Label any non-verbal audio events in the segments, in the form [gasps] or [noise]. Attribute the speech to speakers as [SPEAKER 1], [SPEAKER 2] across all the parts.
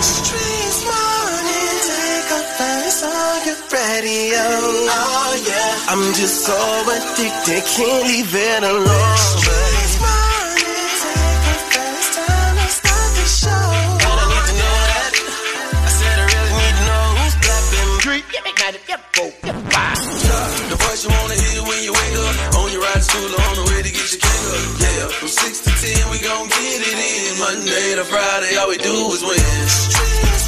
[SPEAKER 1] Streets morning, take off first on your radio. Oh yeah, I'm just so addicted, can't leave it alone. Streets morning, take off first time, don't stop the show. And I need to know that. I said I really need to know who's blapping. Drink, get me ignited, get go, get fire. Yeah, the voice you wanna hear when you wake up. On your ride to school, on the way to get your king up. Yeah, from six to ten, we gon' get it in. Monday to Friday, all we do is win.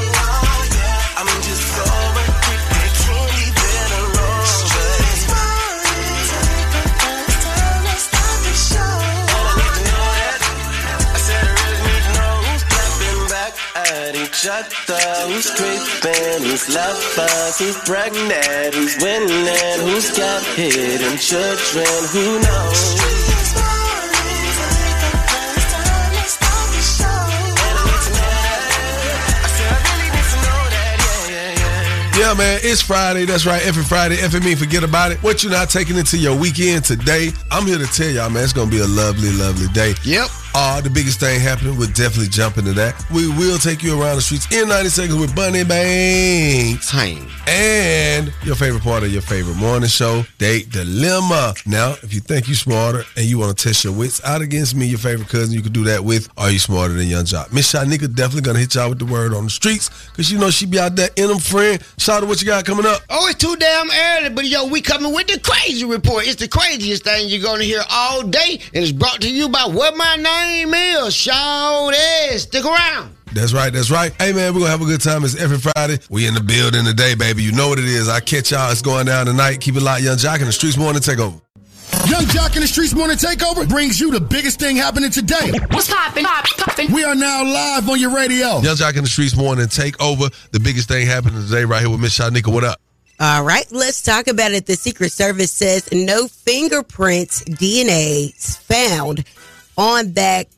[SPEAKER 1] I'm just so addicted, can't leave it alone. And I need to know that. I said I really need to know who's clapping back at each other, who's creeping, who's lovers, who's pregnant, who's winning, who's got hidden children, who knows? And I need to know that. I said I really need to know that, yeah, yeah, yeah.
[SPEAKER 2] Yeah, man, it's Friday. That's right. F and Friday, F and me, forget about it. What you not taking into your weekend today, I'm here to tell y'all, man, it's going to be a lovely, lovely day.
[SPEAKER 3] Yep.
[SPEAKER 2] Uh, the biggest thing happening, we'll definitely jump into that. We will take you around the streets in 90 seconds with Bunny Banks
[SPEAKER 3] Time.
[SPEAKER 2] and your favorite part of your favorite morning show, Date Dilemma. Now, if you think you're smarter and you want to test your wits out against me, your favorite cousin, you can do that with Are You Smarter Than Young Jock? Miss Shanika definitely going to hit y'all with the word on the streets because you know she be out there in them, friend. Shout out what you got coming up.
[SPEAKER 3] Oh, it's too damn early, but yo, we coming with the crazy report. It's the craziest thing you're gonna hear all day, and it's brought to you by what my name is, Sean is. Stick around.
[SPEAKER 2] That's right, that's right. Hey, man, we're going to have a good time. It's every Friday. We in the building today, baby. You know what it is. I catch y'all. It's going down tonight. Keep it locked, Young Jock, and the streets morning takeover.
[SPEAKER 4] Young Jock in the Streets Morning Takeover brings you the biggest thing happening today.
[SPEAKER 5] What's poppin'? Pop, poppin'.
[SPEAKER 4] We are now live on your radio.
[SPEAKER 2] Young Jock in the streets morning takeover. The biggest thing happening today right here with Miss Shanika. What up?
[SPEAKER 6] All right, let's talk about it. The Secret Service says no fingerprints, DNA is found on that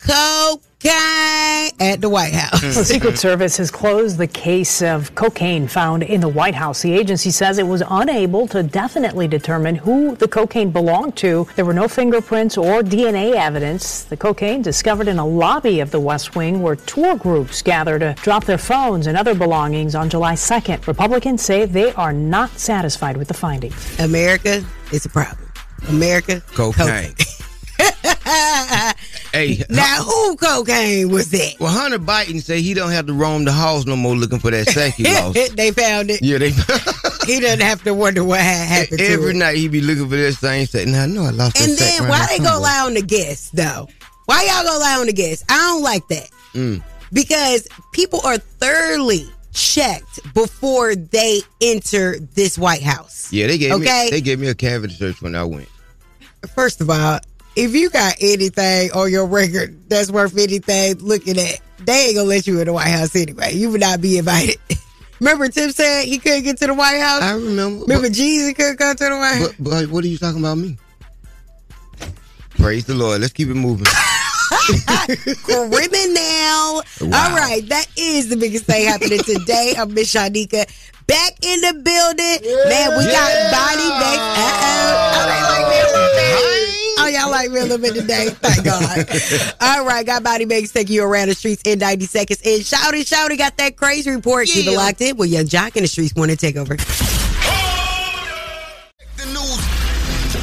[SPEAKER 6] cocaine at the White House.
[SPEAKER 7] Secret Service has closed the case of cocaine found in the White House. The agency says it was unable to definitely determine who the cocaine belonged to. There were no fingerprints or DNA evidence. The cocaine discovered in a lobby of the West Wing where tour groups gather to drop their phones and other belongings on July 2nd. Republicans say they are not satisfied with the findings.
[SPEAKER 6] America is a problem. America, [laughs]
[SPEAKER 3] Cocaine. Hey,
[SPEAKER 6] Now, who cocaine was that?
[SPEAKER 3] well, Hunter Biden say he don't have to roam the halls no more looking for that sack
[SPEAKER 6] [laughs]
[SPEAKER 3] he lost.
[SPEAKER 6] they found it.
[SPEAKER 3] Yeah, they.
[SPEAKER 6] [laughs] He doesn't have to wonder what had happened to
[SPEAKER 3] Every
[SPEAKER 6] it.
[SPEAKER 3] night he be looking for this thing. Say, "Nah, I know I lost."
[SPEAKER 6] And
[SPEAKER 3] that sack
[SPEAKER 6] then
[SPEAKER 3] right
[SPEAKER 6] why
[SPEAKER 3] here
[SPEAKER 6] they go
[SPEAKER 3] somewhere."
[SPEAKER 6] lie on the guests though? Why y'all go lie on the guests? I don't like that.
[SPEAKER 3] Mm.
[SPEAKER 6] Because people are thoroughly checked before they enter this White House.
[SPEAKER 3] Yeah, they gave
[SPEAKER 6] Okay.
[SPEAKER 3] me. They gave me a cavity search when I went.
[SPEAKER 6] First of all, if you got anything on your record that's worth anything looking at, they ain't gonna let you in the White House anyway. You would not be invited. [laughs] Remember Tim said he couldn't get to the White House?
[SPEAKER 3] I remember.
[SPEAKER 6] Remember Jesus couldn't come to the White House?
[SPEAKER 3] But, but what are you talking about me? Praise the Lord. Let's keep it moving.
[SPEAKER 6] criminal. All right, that is the biggest thing happening today. I'm Miss Shanika back in the building. Man, we got body back. Uh-oh. All right, like me a little bit. Oh, y'all like me a little bit today. Thank God. All right, got Body Bags taking you around the streets in 90 seconds. And Shouty Shouty got that crazy report. Keep it locked in. Well, Young Jock in the streets want to take over.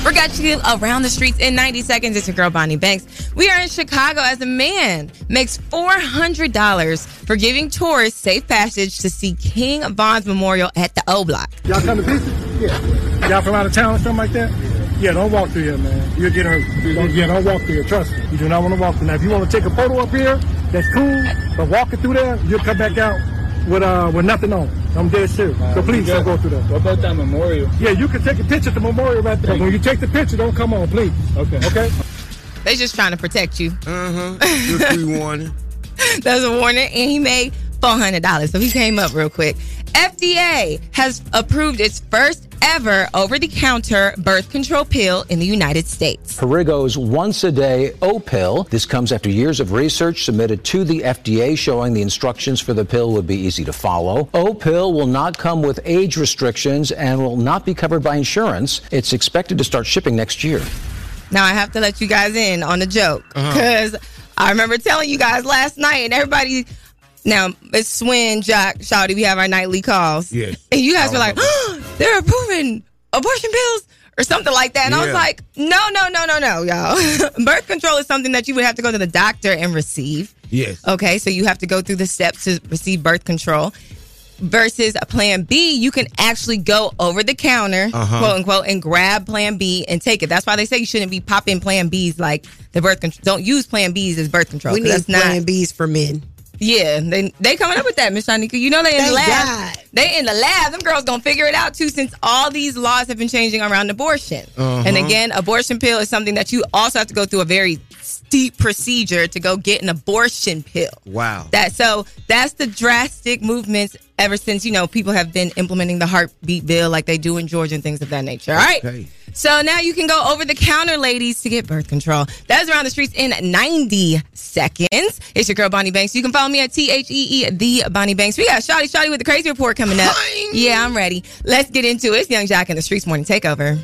[SPEAKER 8] We got you around the streets in 90 seconds. It's your girl Bonnie Banks. We are in Chicago as a man makes $400 for giving tourists safe passage to see King Von's memorial at the O Block.
[SPEAKER 9] Y'all come to visit? Yeah. Y'all from out of town or something like that? Yeah, don't walk through here, man. You'll get hurt. Don't, yeah, don't walk through here. Trust me. You do not want to walk through. Now, if you want to take a photo up here, that's cool. But walking through there, you'll come back out with uh with nothing on. I'm dead serious. so please don't go through there. What about that memorial? Yeah, you can take a picture at the memorial right there. When you take the picture, don't come on, please. Okay. Okay.
[SPEAKER 8] They're just trying to protect you.
[SPEAKER 3] Good
[SPEAKER 8] [laughs]
[SPEAKER 3] free warning.
[SPEAKER 8] That's a warning. And he made $400. So he came up real quick. FDA has approved its first ever over the counter birth control pill in the United States.
[SPEAKER 10] Perrigo's once a day O pill. This comes after years of research submitted to the FDA showing the instructions for the pill would be easy to follow. O pill will not come with age restrictions and will not be covered by insurance. It's expected to start shipping next year.
[SPEAKER 8] Now I have to let you guys in on a joke because I remember telling you guys last night, and everybody. Now it's Swin, Jock, Shawty. We have our nightly calls.
[SPEAKER 3] Yes.
[SPEAKER 8] And you guys
[SPEAKER 3] I
[SPEAKER 8] were like, oh, [gasps] they're approving abortion pills or something like that. And I was
[SPEAKER 3] Yeah.
[SPEAKER 8] like, no, no, no, no, no, y'all. [laughs] Birth control is something that you would have to go to the doctor and receive.
[SPEAKER 3] Yes.
[SPEAKER 8] Okay, so you have to go through the steps to receive birth control. Versus a plan B, you can actually go over the counter,
[SPEAKER 3] Uh-huh.
[SPEAKER 8] quote unquote, and grab plan B and take it. That's why they say you shouldn't be popping plan Bs like the birth control. Don't use plan Bs as birth control.
[SPEAKER 6] We
[SPEAKER 8] 'cause
[SPEAKER 6] need
[SPEAKER 8] that's not.
[SPEAKER 6] plan B's for men.
[SPEAKER 8] Yeah, they they coming up with that, Miss Shanika. You know they in the
[SPEAKER 6] Thank
[SPEAKER 8] lab.
[SPEAKER 6] God.
[SPEAKER 8] They in the lab. Them girls gonna figure it out too, since all these laws have been changing around abortion. And again, abortion pill is something that you also have to go through a very steep procedure to go get an abortion pill.
[SPEAKER 3] Wow.
[SPEAKER 8] That so that's the drastic movements ever since you know people have been implementing the heartbeat bill like they do in Georgia and things of that nature. All right.
[SPEAKER 3] Okay.
[SPEAKER 8] So now you can go over the counter, ladies, to get birth control. That is around the streets in 90 seconds. It's your girl Bonnie Banks. You can follow me at T H E E the Bonnie Banks. We got Shotty Shotty with the crazy report coming up. Yeah, I'm ready. Let's get into it. It's Young Jack and the Streets Morning Takeover.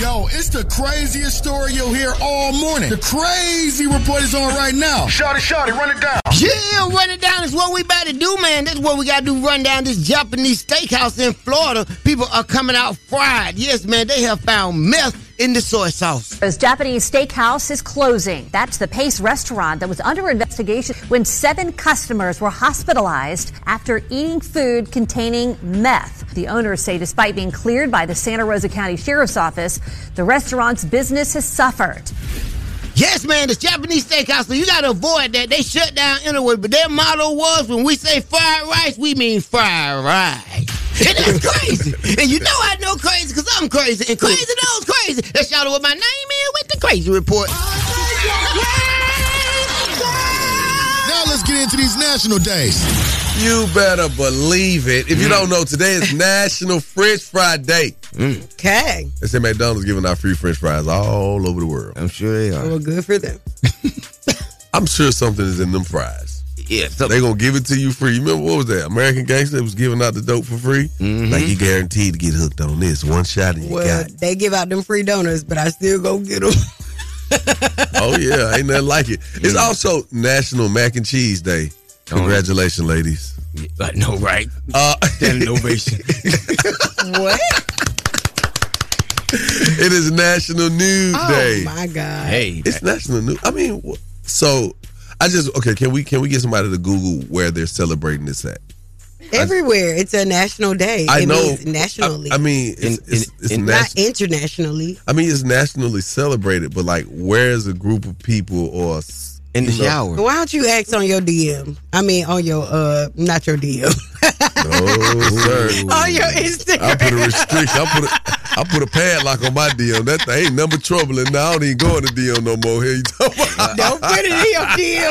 [SPEAKER 4] Yo, it's the craziest story you'll hear all morning. The crazy report is on right now.
[SPEAKER 11] Shorty, shorty, run it down.
[SPEAKER 12] Yeah, run it down is what we about to do, man. That's what we got to do. Run down this Japanese steakhouse in Florida. People are coming out fried. Yes, man, they have found meth in the soy sauce.
[SPEAKER 1] This Japanese steakhouse is closing. That's the Pace restaurant that was under investigation when seven customers were hospitalized after eating food containing meth. The owners say despite being cleared by the Santa Rosa County Sheriff's Office, the restaurant's business has suffered.
[SPEAKER 12] Yes, man, this Japanese steakhouse. So you got to avoid that. They shut down anyway. But their motto was when we say fried rice, we mean fried rice. And
[SPEAKER 2] [laughs]
[SPEAKER 12] that's crazy. and you know I know crazy because I'm crazy. And crazy knows crazy. That's y'all know what my name is with the crazy report.
[SPEAKER 4] Now let's get into these national days.
[SPEAKER 2] You better believe it. If you don't know, today is National French Fry Day.
[SPEAKER 6] Okay.
[SPEAKER 2] They say McDonald's giving out free French fries all over the world.
[SPEAKER 3] I'm sure they are.
[SPEAKER 6] Well, good for them.
[SPEAKER 2] I'm sure something is in them fries.
[SPEAKER 3] Yeah. So,
[SPEAKER 2] They gonna give it to you free. You remember what was that? American Gangster was giving out the dope for free.
[SPEAKER 3] Mm-hmm.
[SPEAKER 2] Like you guaranteed to get hooked on this one shot and you
[SPEAKER 6] Well,
[SPEAKER 2] got it.
[SPEAKER 6] they give out them free donuts, but I still go get them. [laughs]
[SPEAKER 2] Oh yeah, ain't nothing like it. It's also National Mac and Cheese Day. Congratulations, ladies.
[SPEAKER 3] Oh. I know, right?
[SPEAKER 2] Uh, [laughs]
[SPEAKER 3] Standing ovation.
[SPEAKER 6] what?
[SPEAKER 2] it is National News
[SPEAKER 6] Oh
[SPEAKER 2] Day.
[SPEAKER 6] my God.
[SPEAKER 3] hey.
[SPEAKER 2] It's national news. I mean, wh- so I just okay. Can we can we get somebody to Google where they're celebrating this at?
[SPEAKER 6] Everywhere. It's a national day.
[SPEAKER 2] I
[SPEAKER 6] it
[SPEAKER 2] know
[SPEAKER 6] means nationally.
[SPEAKER 2] I, I mean, it's,
[SPEAKER 3] In-
[SPEAKER 2] it's,
[SPEAKER 3] in-
[SPEAKER 2] it's
[SPEAKER 3] in-
[SPEAKER 2] nat-
[SPEAKER 6] not internationally.
[SPEAKER 2] I mean, it's nationally celebrated, but like, where's a group of people or s-
[SPEAKER 3] In the
[SPEAKER 2] you
[SPEAKER 3] [laughs]
[SPEAKER 2] know-
[SPEAKER 3] shower.
[SPEAKER 6] Why don't you ask on your DM? I mean, on your uh, not your DM,
[SPEAKER 2] No, sir.
[SPEAKER 3] Oh,
[SPEAKER 6] on your Instagram.
[SPEAKER 2] I put a restriction. I put a, I put a padlock on my deal. That thing ain't number trouble, and I don't even go in the deal no more. Here
[SPEAKER 3] [laughs]
[SPEAKER 2] you talking about?
[SPEAKER 6] don't put it in your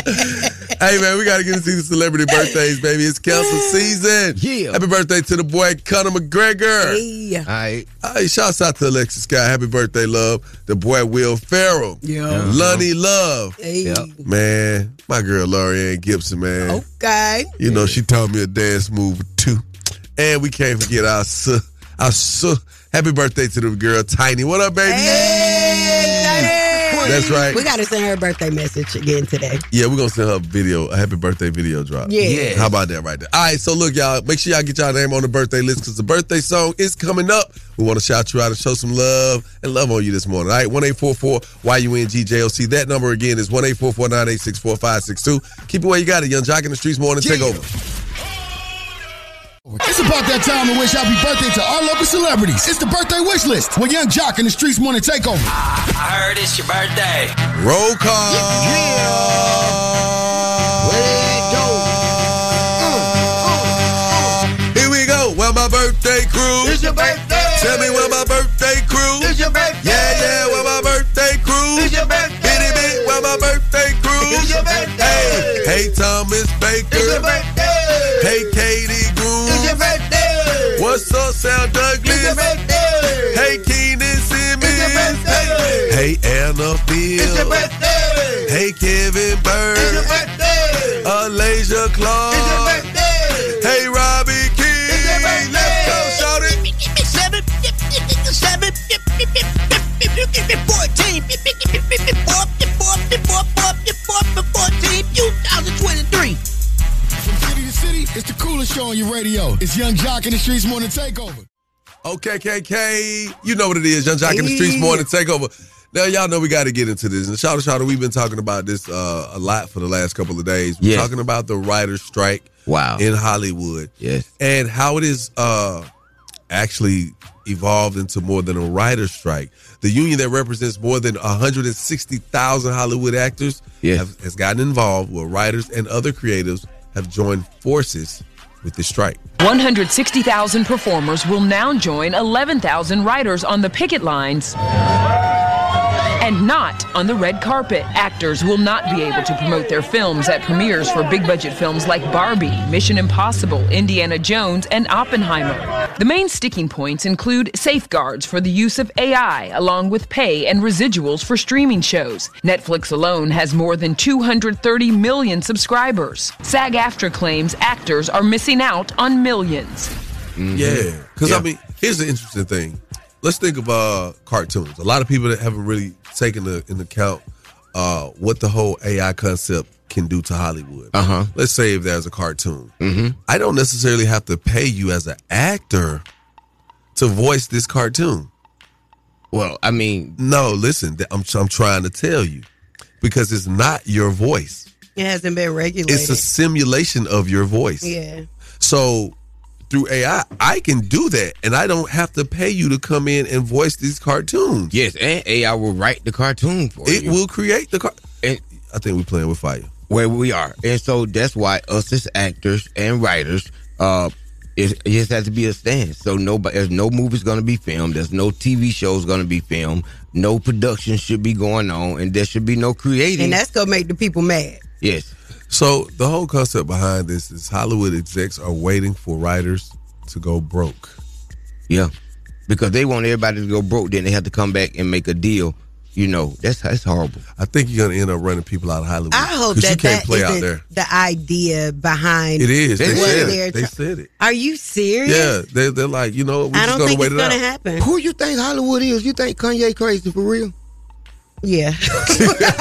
[SPEAKER 2] [laughs]
[SPEAKER 6] DM.
[SPEAKER 2] Hey man, we gotta get into the celebrity birthdays, baby. It's council season.
[SPEAKER 3] Yeah.
[SPEAKER 2] Happy birthday to the boy Conor McGregor.
[SPEAKER 6] Hey.
[SPEAKER 3] All right.
[SPEAKER 2] Hey, shouts out to Alexis Scott. Happy birthday, love. The boy Will Ferrell.
[SPEAKER 6] Yeah.
[SPEAKER 2] Lonnie Love.
[SPEAKER 6] Hey.
[SPEAKER 2] Man, my girl Lorianne Gibson, man.
[SPEAKER 6] Oh. Okay.
[SPEAKER 2] You know, she taught me a dance move or two. And we can't forget our su- our su- happy birthday to the girl Tiny. What up, baby?
[SPEAKER 6] Hey, Tiny.
[SPEAKER 2] [laughs] That's right.
[SPEAKER 6] We gotta send her a birthday message again today.
[SPEAKER 2] Yeah, we're gonna send her a video, a happy birthday video drop.
[SPEAKER 6] Yeah. Yeah.
[SPEAKER 2] How about that right there? All right, so look, y'all, make sure y'all get y'all name on the birthday list because the birthday song is coming up. We want to shout you out and show some love and love on you this morning. All right, 1 844 YUNGJOC. That number again is 1 844 986 4562. Keep it where you got it, Young Jock in the Streets Morning
[SPEAKER 4] Yeah.
[SPEAKER 2] take over.
[SPEAKER 4] It's about that time to wish happy birthday to our local celebrities. It's the birthday wish list with Young Jock and the Streets Morning Takeover.
[SPEAKER 1] I heard it's your birthday.
[SPEAKER 2] Roll call. Here we go. Well, my birthday crew.
[SPEAKER 12] It's your birthday.
[SPEAKER 2] Tell me where my birthday crew.
[SPEAKER 12] It's your birthday.
[SPEAKER 2] Yeah, yeah, where my birthday crew.
[SPEAKER 12] It's your birthday.
[SPEAKER 2] Bitty bit, where my birthday crew.
[SPEAKER 12] It's your birthday.
[SPEAKER 2] Hey, hey, Thomas Baker.
[SPEAKER 12] It's your birthday.
[SPEAKER 2] Hey, Katie Groove.
[SPEAKER 12] It's your birthday.
[SPEAKER 2] What's up, Sal
[SPEAKER 12] It's your
[SPEAKER 2] Douglas?
[SPEAKER 12] birthday.
[SPEAKER 2] Hey, Keenan Simmons.
[SPEAKER 12] It's your birthday.
[SPEAKER 2] Hey, Anna Field.
[SPEAKER 12] It's your birthday.
[SPEAKER 2] Hey,
[SPEAKER 12] It's your
[SPEAKER 2] Kevin Bird.
[SPEAKER 12] birthday.
[SPEAKER 2] Alasia Clark.
[SPEAKER 12] It's your birthday.
[SPEAKER 2] Hey, Robbie King.
[SPEAKER 12] It's your birthday.
[SPEAKER 2] Let's go, shout it.
[SPEAKER 1] Seven, seven, 14,
[SPEAKER 4] coolest show on your radio. It's Young Jock in the Streets Morning Takeover.
[SPEAKER 2] Okay, KK, you know what it is. Young Jock in the streets morning takeover. Now y'all know we got to get into this. And shout out, shout out. We've been talking about this uh, a lot for the last couple of days. We're
[SPEAKER 3] Yeah.
[SPEAKER 2] talking about the writer's strike.
[SPEAKER 3] Wow.
[SPEAKER 2] In Hollywood.
[SPEAKER 3] Yes.
[SPEAKER 2] And how it is uh, actually evolved into more than a writer's strike. The union that represents more than 160,000 Hollywood actors
[SPEAKER 3] Yes.
[SPEAKER 2] have, has gotten involved where writers and other creatives have joined forces with the strike.
[SPEAKER 13] 160,000 performers will now join 11,000 writers on the picket lines and not on the red carpet. Actors will not be able to promote their films at premieres for big budget films like Barbie, Mission Impossible, Indiana Jones, and Oppenheimer. The main sticking points include safeguards for the use of AI, along with pay and residuals for streaming shows. Netflix alone has more than 230 million subscribers. SAG AFTRA claims actors are missing out on millions.
[SPEAKER 2] Yeah, because I mean, here's the interesting thing. Let's think of uh, cartoons. A lot of people that haven't really taken the, into account uh, what the whole AI concept can do to Hollywood. Uh
[SPEAKER 3] Uh-huh.
[SPEAKER 2] huh. Let's say if there's a cartoon, mm-hmm. I don't necessarily have to pay you as an actor to voice this cartoon. Well, I mean, no. Listen, th- I'm I'm trying to tell you because it's not your voice.
[SPEAKER 6] It hasn't been regulated.
[SPEAKER 2] It's a simulation of your voice.
[SPEAKER 6] yeah.
[SPEAKER 2] So through AI, I can do that, and I don't have to pay you to come in and voice these cartoons.
[SPEAKER 3] Yes, and AI will write the cartoon for
[SPEAKER 2] It
[SPEAKER 3] you.
[SPEAKER 2] will create the car.
[SPEAKER 3] And
[SPEAKER 2] I think we're playing with fire.
[SPEAKER 3] Where we are, and so that's why us as actors and writers, uh, it, it just has to be a stand. So nobody, there's no movies going to be filmed. There's no TV shows going to be filmed. No production should be going on, and there should be no creating.
[SPEAKER 6] And that's going to make the people mad.
[SPEAKER 3] yes,
[SPEAKER 2] So the whole concept behind this is Hollywood execs are waiting for writers to go broke.
[SPEAKER 3] Yeah, because they want everybody to go broke. Then they have to come back and make a deal. You know, that's that's horrible.
[SPEAKER 2] I think you're gonna end up running people out of Hollywood.
[SPEAKER 6] I hope
[SPEAKER 3] 'Cause
[SPEAKER 6] that
[SPEAKER 3] you can't
[SPEAKER 6] that
[SPEAKER 3] play out
[SPEAKER 6] isn't
[SPEAKER 3] there.
[SPEAKER 6] the idea behind
[SPEAKER 2] It is. They
[SPEAKER 6] what
[SPEAKER 2] said
[SPEAKER 6] they're
[SPEAKER 2] it. They
[SPEAKER 6] try-
[SPEAKER 2] said it.
[SPEAKER 6] Are you serious?
[SPEAKER 2] Yeah, they, they're like, you know, we're
[SPEAKER 6] I
[SPEAKER 2] just
[SPEAKER 6] don't
[SPEAKER 2] gonna
[SPEAKER 6] think
[SPEAKER 2] wait
[SPEAKER 6] it's
[SPEAKER 2] it out.
[SPEAKER 6] gonna happen.
[SPEAKER 3] Who you think Hollywood is? You think Kanye crazy for real?
[SPEAKER 12] [laughs]
[SPEAKER 6] Yeah.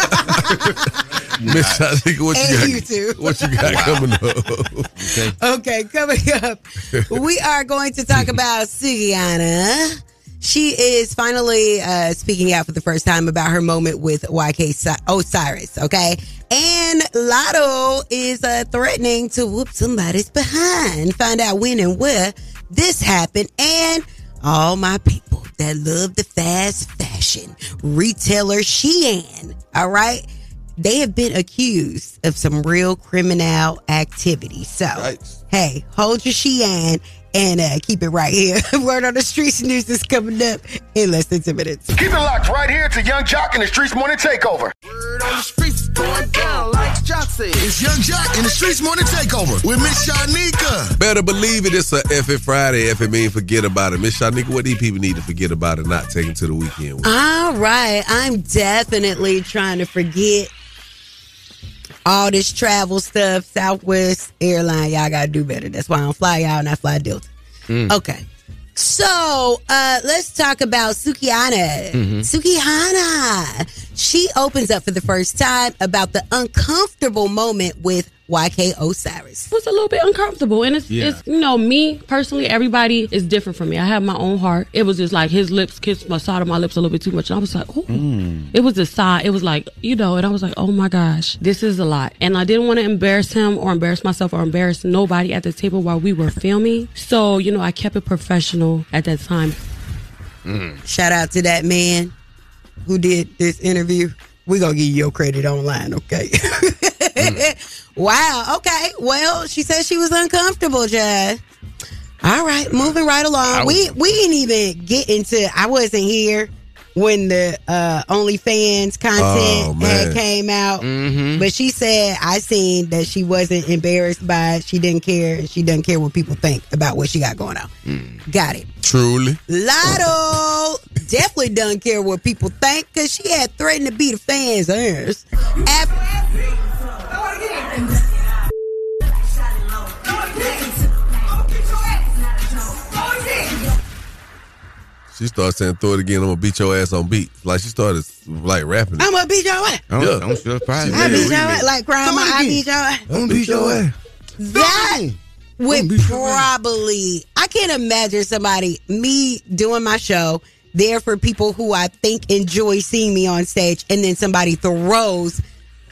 [SPEAKER 2] [laughs] Miss, I think what
[SPEAKER 6] And
[SPEAKER 2] you got,
[SPEAKER 6] you too.
[SPEAKER 2] what you got coming up.
[SPEAKER 6] Okay, coming up, [laughs] we are going to talk about Sugiana. She is finally uh, speaking out for the first time about her moment with YK Si- Osiris, okay? And Lotto is uh, threatening to whoop somebody's behind. Find out when and where this happened. And all my people that love the fast fashion retailer Shein, all right? They have been accused of some real criminal activity. So, hey, hold your Shein and uh, keep it right here. [laughs] Word on the Streets news is coming up in less than 10 minutes.
[SPEAKER 4] Keep it locked right here to Young Jock in the Streets Morning Takeover.
[SPEAKER 1] Word on the streets going down like Jock said.
[SPEAKER 4] It's Young Jock in the Streets Morning Takeover with Miss Shanika.
[SPEAKER 2] Better believe it. It's a F it Friday. F it mean forget about it. Miss Shanika, what these people need to forget about and not take into the weekend with?
[SPEAKER 6] All right. I'm definitely trying to forget all this travel stuff, Southwest airline. Y'all got to do better. That's why I don't fly y'all and I fly Delta. Okay. So uh, let's talk about Sukiana.
[SPEAKER 14] Mm-hmm.
[SPEAKER 1] Mhm.
[SPEAKER 6] Sukihana. She opens up for the first time about the uncomfortable moment with YK Osiris.
[SPEAKER 14] was a little bit uncomfortable. And it's,
[SPEAKER 6] Yeah.
[SPEAKER 14] it's you know, me personally, everybody is different from me. I have my own heart. It was just like his lips kissed my side of my lips a little bit too much. And I was like, oh. It was the side. It was like, you know, and I was like, oh my gosh, this is a lot. And I didn't want to embarrass him or embarrass myself or embarrass nobody at the table while we were filming. So, you know, I kept it professional at that time.
[SPEAKER 6] Shout out to that man who did this interview. We're going to give you your credit online, okay?
[SPEAKER 1] Mm.
[SPEAKER 6] [laughs] wow. Okay. Well, she said she was uncomfortable, Jay. All right, moving right along. we we didn't even get into. I wasn't here when the uh, OnlyFans
[SPEAKER 1] Oh,
[SPEAKER 6] content
[SPEAKER 1] man.
[SPEAKER 6] had came out,
[SPEAKER 1] Mhm.
[SPEAKER 6] but she said I seen that she wasn't embarrassed by it. She didn't care, and she doesn't care what people think about what she got going on. Got it.
[SPEAKER 2] Truly.
[SPEAKER 6] Lotto definitely doesn't care what people think because she had threatened to be the fans' ass.
[SPEAKER 2] She starts saying, "Throw it again. I'm gonna beat your ass on beat." Like she started like rapping.
[SPEAKER 6] I'm gonna beat your ass.
[SPEAKER 2] I'm, yeah. I'm
[SPEAKER 3] surprised.
[SPEAKER 6] I beat your ass. Like, grandma, I beat your ass.
[SPEAKER 2] I'm beat your ass.
[SPEAKER 6] That would probably I can't imagine somebody me doing my show there for people who I think enjoy seeing me on stage, and then somebody throws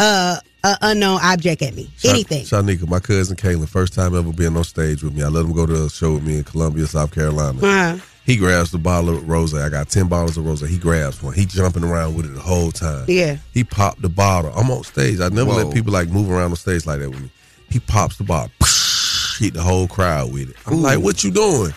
[SPEAKER 6] uh, a unknown object at me. Anything.
[SPEAKER 2] Shanika, my cousin Kayla, first time ever being on stage with me. I let him go to a show with me in Columbia, South Carolina. [laughs]
[SPEAKER 6] Uh-huh.
[SPEAKER 2] He grabs the bottle of rose. I got ten bottles of rose. He grabs one. He jumping around with it the whole time.
[SPEAKER 6] Yeah.
[SPEAKER 2] He popped the bottle. I'm on stage. I never
[SPEAKER 3] Whoa.
[SPEAKER 2] let people like move around on stage like that with me. He pops the bottle. hit the whole crowd with it. I'm like, what you doing?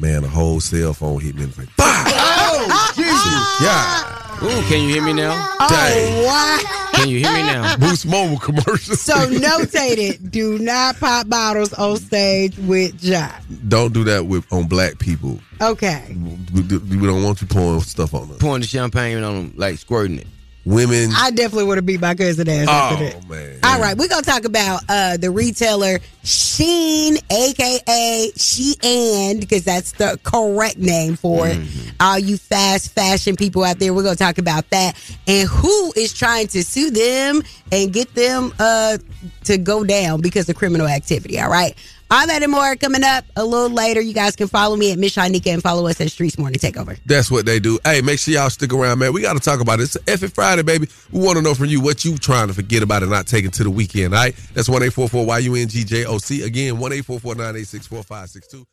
[SPEAKER 2] Man, the whole cell phone hit me in the face.
[SPEAKER 3] Oh,
[SPEAKER 2] Yeah.
[SPEAKER 3] Ooh, can you hear me now?
[SPEAKER 6] Oh wow!
[SPEAKER 3] Can you hear me now?
[SPEAKER 2] [laughs] Boost Mobile commercial.
[SPEAKER 6] So notated. Do not pop bottles on stage with Jock.
[SPEAKER 2] Don't do that with on black people.
[SPEAKER 6] Okay.
[SPEAKER 2] We, we don't want you pouring stuff on us.
[SPEAKER 3] Pouring the champagne on them, like squirting it.
[SPEAKER 2] Women.
[SPEAKER 6] I definitely would have beat my cousin ass after that.
[SPEAKER 2] oh man.
[SPEAKER 6] All right, we're gonna talk about uh the retailer Sheen, aka She and, because that's the correct name for it.
[SPEAKER 2] Mm-hmm.
[SPEAKER 6] All you fast fashion people out there, we're gonna talk about that and who is trying to sue them and get them uh to go down because of criminal activity. All right. All that and more coming up a little later. You guys can follow me at Miss Shanika and follow us at Streets Morning Takeover.
[SPEAKER 2] That's what they do. Hey, make sure y'all stick around, man. We got to talk about it. It's effing Friday, baby. We want to know from you what you trying to forget about and not taking to the weekend, all right? That's 1-844-YUNGJOC. Again, 1-844-986-4562.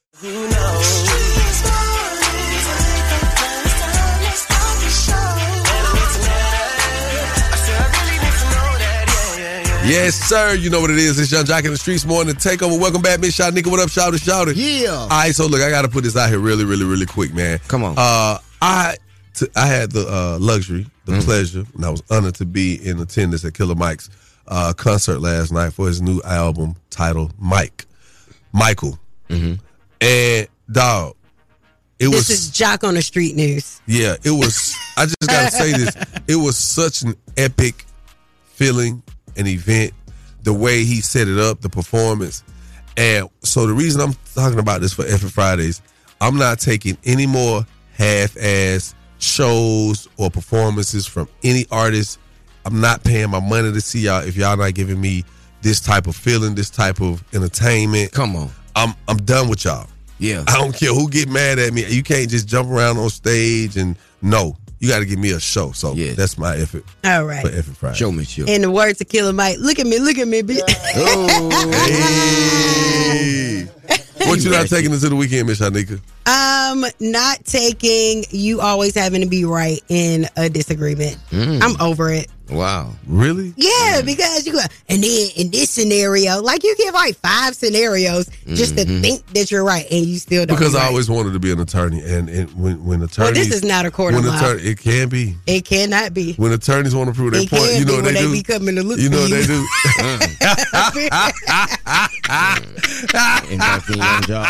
[SPEAKER 2] Yes, sir. You know what it is. It's Young Jock in the Streets Morning Takeover. Welcome back, Miss Shot Nigga. What up, Shout it, Shout it.
[SPEAKER 3] Yeah.
[SPEAKER 2] All right, so look, I got to put this out here really, really, really quick, man.
[SPEAKER 3] Come on.
[SPEAKER 2] Uh, I t- I had the uh, luxury, the
[SPEAKER 3] Mm-hmm.
[SPEAKER 2] pleasure, and I was honored to be in attendance at Killer Mike's uh, concert last night for his new album titled Mike, Michael,
[SPEAKER 3] Mm-hmm.
[SPEAKER 2] and dog. It was
[SPEAKER 6] This is Jock on the Street News.
[SPEAKER 2] yeah, it was. I just gotta say this. It was such an epic feeling, an event, the way he set it up, the performance, and so the reason I'm talking about this for Effing Fridays, I'm not taking any more half-ass shows or performances from any artist. I'm not paying my money to see y'all if y'all not giving me this type of feeling, this type of entertainment.
[SPEAKER 3] Come on.
[SPEAKER 2] I'm I'm done with y'all.
[SPEAKER 3] Yeah.
[SPEAKER 2] I don't care who get mad at me. You can't just jump around on stage and no. You got to give me a show. So
[SPEAKER 3] Yeah.
[SPEAKER 2] that's my effort
[SPEAKER 6] All right.
[SPEAKER 2] for effort Friday.
[SPEAKER 3] Show me shit.
[SPEAKER 6] In the words of Killer Mike, look at me, look at me, bitch.
[SPEAKER 2] Hey. what you not taking into the weekend, Miss Shanika?
[SPEAKER 6] [laughs] Um, not taking you always having to be right in a disagreement.
[SPEAKER 2] Hmm.
[SPEAKER 6] I'm over it.
[SPEAKER 3] Mm. Wow.
[SPEAKER 2] Really?
[SPEAKER 6] Yeah, because you go, and then in this scenario, like you give like five scenarios just to think that you're right and you still don't.
[SPEAKER 2] Mm-hmm. Because
[SPEAKER 6] be
[SPEAKER 2] I
[SPEAKER 6] right.
[SPEAKER 2] always wanted to be an attorney, and, and when when attorneys,
[SPEAKER 6] is not a court of
[SPEAKER 2] When
[SPEAKER 6] law.
[SPEAKER 2] attorney, it can be
[SPEAKER 6] it cannot be.
[SPEAKER 2] when attorneys want to prove their
[SPEAKER 6] It
[SPEAKER 2] point.
[SPEAKER 6] can
[SPEAKER 2] You know
[SPEAKER 6] be
[SPEAKER 2] what
[SPEAKER 6] when
[SPEAKER 2] they
[SPEAKER 6] they
[SPEAKER 2] do.
[SPEAKER 6] be coming to look
[SPEAKER 2] you
[SPEAKER 6] for
[SPEAKER 2] know what
[SPEAKER 6] you.
[SPEAKER 2] they do.
[SPEAKER 3] [laughs] And back to your job.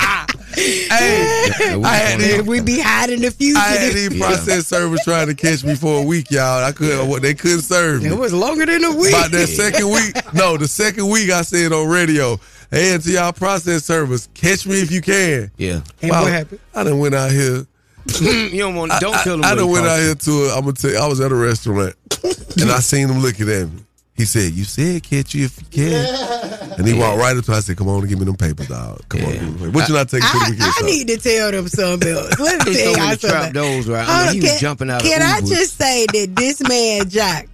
[SPEAKER 2] hey, I had
[SPEAKER 6] And we be hiding the future.
[SPEAKER 2] I had these
[SPEAKER 3] Yeah.
[SPEAKER 2] process servers trying to catch me for a week, y'all. I couldn't. They couldn't serve me.
[SPEAKER 6] it was longer than a week.
[SPEAKER 2] By
[SPEAKER 6] [laughs]
[SPEAKER 2] that second week, no, the second week I said on radio, hey, to y'all process service, catch me if you can.
[SPEAKER 3] Yeah.
[SPEAKER 6] And what happened?
[SPEAKER 2] I done went out here.
[SPEAKER 3] [laughs] you don't want. Don't
[SPEAKER 2] I,
[SPEAKER 3] tell them.
[SPEAKER 2] I
[SPEAKER 3] what
[SPEAKER 2] done
[SPEAKER 3] it
[SPEAKER 2] went
[SPEAKER 3] cost
[SPEAKER 2] out
[SPEAKER 3] you.
[SPEAKER 2] here to a, I'm gonna tell you, I was at
[SPEAKER 6] [laughs]
[SPEAKER 2] a restaurant and I seen him looking at me. He said, You said catch you if you can. And he walked right up to me. I said, Come on and give me them papers, dog. Come on. give me them papers." What you not taking to the
[SPEAKER 6] I,
[SPEAKER 2] weekend?
[SPEAKER 6] I
[SPEAKER 2] son?
[SPEAKER 6] need to tell them something else. Let [laughs]
[SPEAKER 2] [laughs]
[SPEAKER 6] me
[SPEAKER 3] It's
[SPEAKER 6] tell
[SPEAKER 3] so
[SPEAKER 6] y'all
[SPEAKER 3] many trap
[SPEAKER 6] something.
[SPEAKER 3] doors, right? I mean,
[SPEAKER 6] Hold
[SPEAKER 3] he
[SPEAKER 6] on,
[SPEAKER 3] was jumping out of
[SPEAKER 6] Can I
[SPEAKER 3] Ubers.
[SPEAKER 6] just say that this man Jock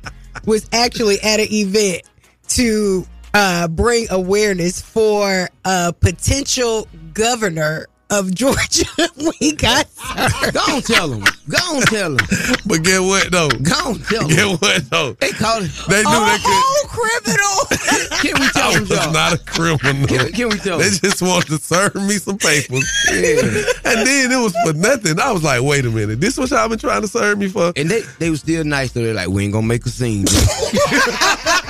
[SPEAKER 6] was actually at an event to uh, bring awareness for a potential governor of Georgia? [laughs] we got served.
[SPEAKER 3] Go on, tell them. Go on, tell them.
[SPEAKER 2] But get what though?
[SPEAKER 3] Go on, tell them.
[SPEAKER 2] Get what though?
[SPEAKER 3] They called it.
[SPEAKER 2] They knew
[SPEAKER 6] a
[SPEAKER 2] they could
[SPEAKER 6] whole "Oh, criminal.
[SPEAKER 2] [laughs]
[SPEAKER 3] Can we tell
[SPEAKER 2] I
[SPEAKER 3] them,
[SPEAKER 2] was
[SPEAKER 3] y'all?
[SPEAKER 2] not a criminal.
[SPEAKER 3] Can- can we tell
[SPEAKER 2] They
[SPEAKER 3] them?
[SPEAKER 2] just wanted to serve me some papers.
[SPEAKER 3] Yeah.
[SPEAKER 2] and then it was for nothing. I was like, wait a minute, this what y'all been trying to serve me for?
[SPEAKER 3] And they they were still nice though. They're like, we ain't gonna make a
[SPEAKER 2] [laughs]
[SPEAKER 3] scene. but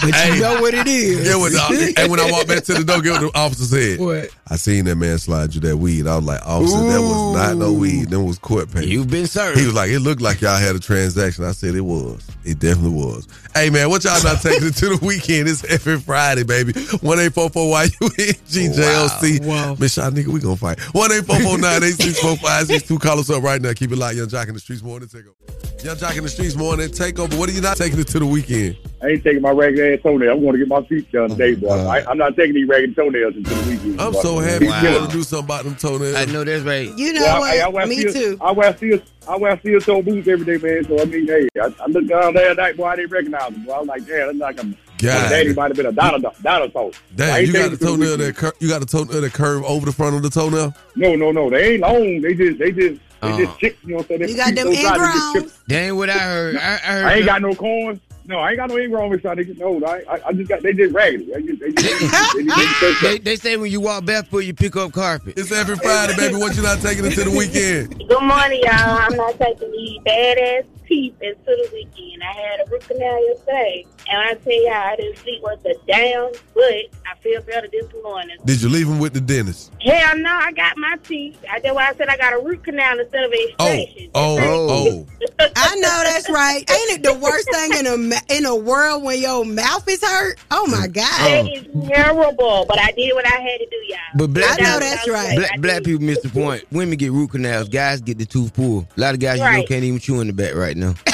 [SPEAKER 2] Hey.
[SPEAKER 3] you know what it is.
[SPEAKER 2] Yeah, when the, and when I walked back to the door, get what the officer said.
[SPEAKER 3] What?
[SPEAKER 2] I seen that man slide you that weed. I was like, officer, that was not no weed. That was court paper.
[SPEAKER 3] You've been served.
[SPEAKER 2] he was like, it looked like y'all had a transaction. I said it was. It definitely was. Hey man, what y'all not taking it to the weekend? It's every Friday, baby. One eight four four Y U N G J O C.
[SPEAKER 3] Wow.
[SPEAKER 2] Miss Shaw nigga, we gonna fight. One eight four four nine eight six four five six two. Call us up right now. Keep it live, Young Jock in the Streets morning takeover. Young Jock in the Streets morning takeover. What are you not taking it to the weekend?
[SPEAKER 11] I ain't taking my ragged ass toenail. I'm going to get my feet done today, boy. I, I'm not taking these ragged toenails until the weekend.
[SPEAKER 2] I'm
[SPEAKER 11] bro.
[SPEAKER 2] so happy
[SPEAKER 11] Wow.
[SPEAKER 2] you want to do something about them toenails. I
[SPEAKER 3] know that's right.
[SPEAKER 6] You
[SPEAKER 11] Yeah, I- I, I wear steel- I wear steel, I wear steel toe boots every day, man. So I mean, hey, I, I looked down there that night, boy, I didn't recognize him. Boy, I was like, damn, that's like a
[SPEAKER 2] God.
[SPEAKER 11] daddy might have been a dinosaur. dinosaur. I
[SPEAKER 2] Damn,
[SPEAKER 11] ain't
[SPEAKER 2] you got
[SPEAKER 11] taking
[SPEAKER 2] the
[SPEAKER 11] it to
[SPEAKER 2] toenail
[SPEAKER 11] weekend.
[SPEAKER 2] that cur- you got the toenail that curve over the front of the toenail.
[SPEAKER 11] No, no, no, they ain't long. They just, they just, they just chips. You know what I'm saying?
[SPEAKER 6] You got them ingrowns.
[SPEAKER 3] Uh-huh. That ain't what I heard. I, heard
[SPEAKER 11] ain't
[SPEAKER 3] that-
[SPEAKER 11] got no corn. No, I ain't got no ingrown with y'all niggas. No, I, I, I just got they just raggedy. They just, they just, they just, they just, they just
[SPEAKER 3] They, they say when you walk barefoot, you pick up carpet.
[SPEAKER 2] It's every Friday, baby. What you not taking into the weekend?
[SPEAKER 15] Good morning, y'all. I'm not taking these badass teeth into the weekend. I had a root canal yesterday, and I tell y'all, I didn't sleep worth a damn, but I feel better this morning.
[SPEAKER 2] Did you leave him with the dentist?
[SPEAKER 15] Hell no, I got my teeth. I, that's why I said I got a root canal instead of an
[SPEAKER 2] Oh,
[SPEAKER 15] extraction.
[SPEAKER 2] oh, oh.
[SPEAKER 6] I
[SPEAKER 15] [laughs]
[SPEAKER 6] know that's right. Ain't it the worst thing in the in the world when your mouth is hurt? Oh my
[SPEAKER 15] That
[SPEAKER 3] Mm.
[SPEAKER 6] god!
[SPEAKER 15] is terrible, but I did what I had to do, y'all.
[SPEAKER 3] But black
[SPEAKER 6] I know
[SPEAKER 3] people-
[SPEAKER 6] that's
[SPEAKER 16] [laughs]
[SPEAKER 6] right.
[SPEAKER 3] Black, black people miss the point. Women get root canals. Guys get the tooth pulled. A lot of guys you know
[SPEAKER 15] Right.
[SPEAKER 3] can't even chew in the back right now. [laughs]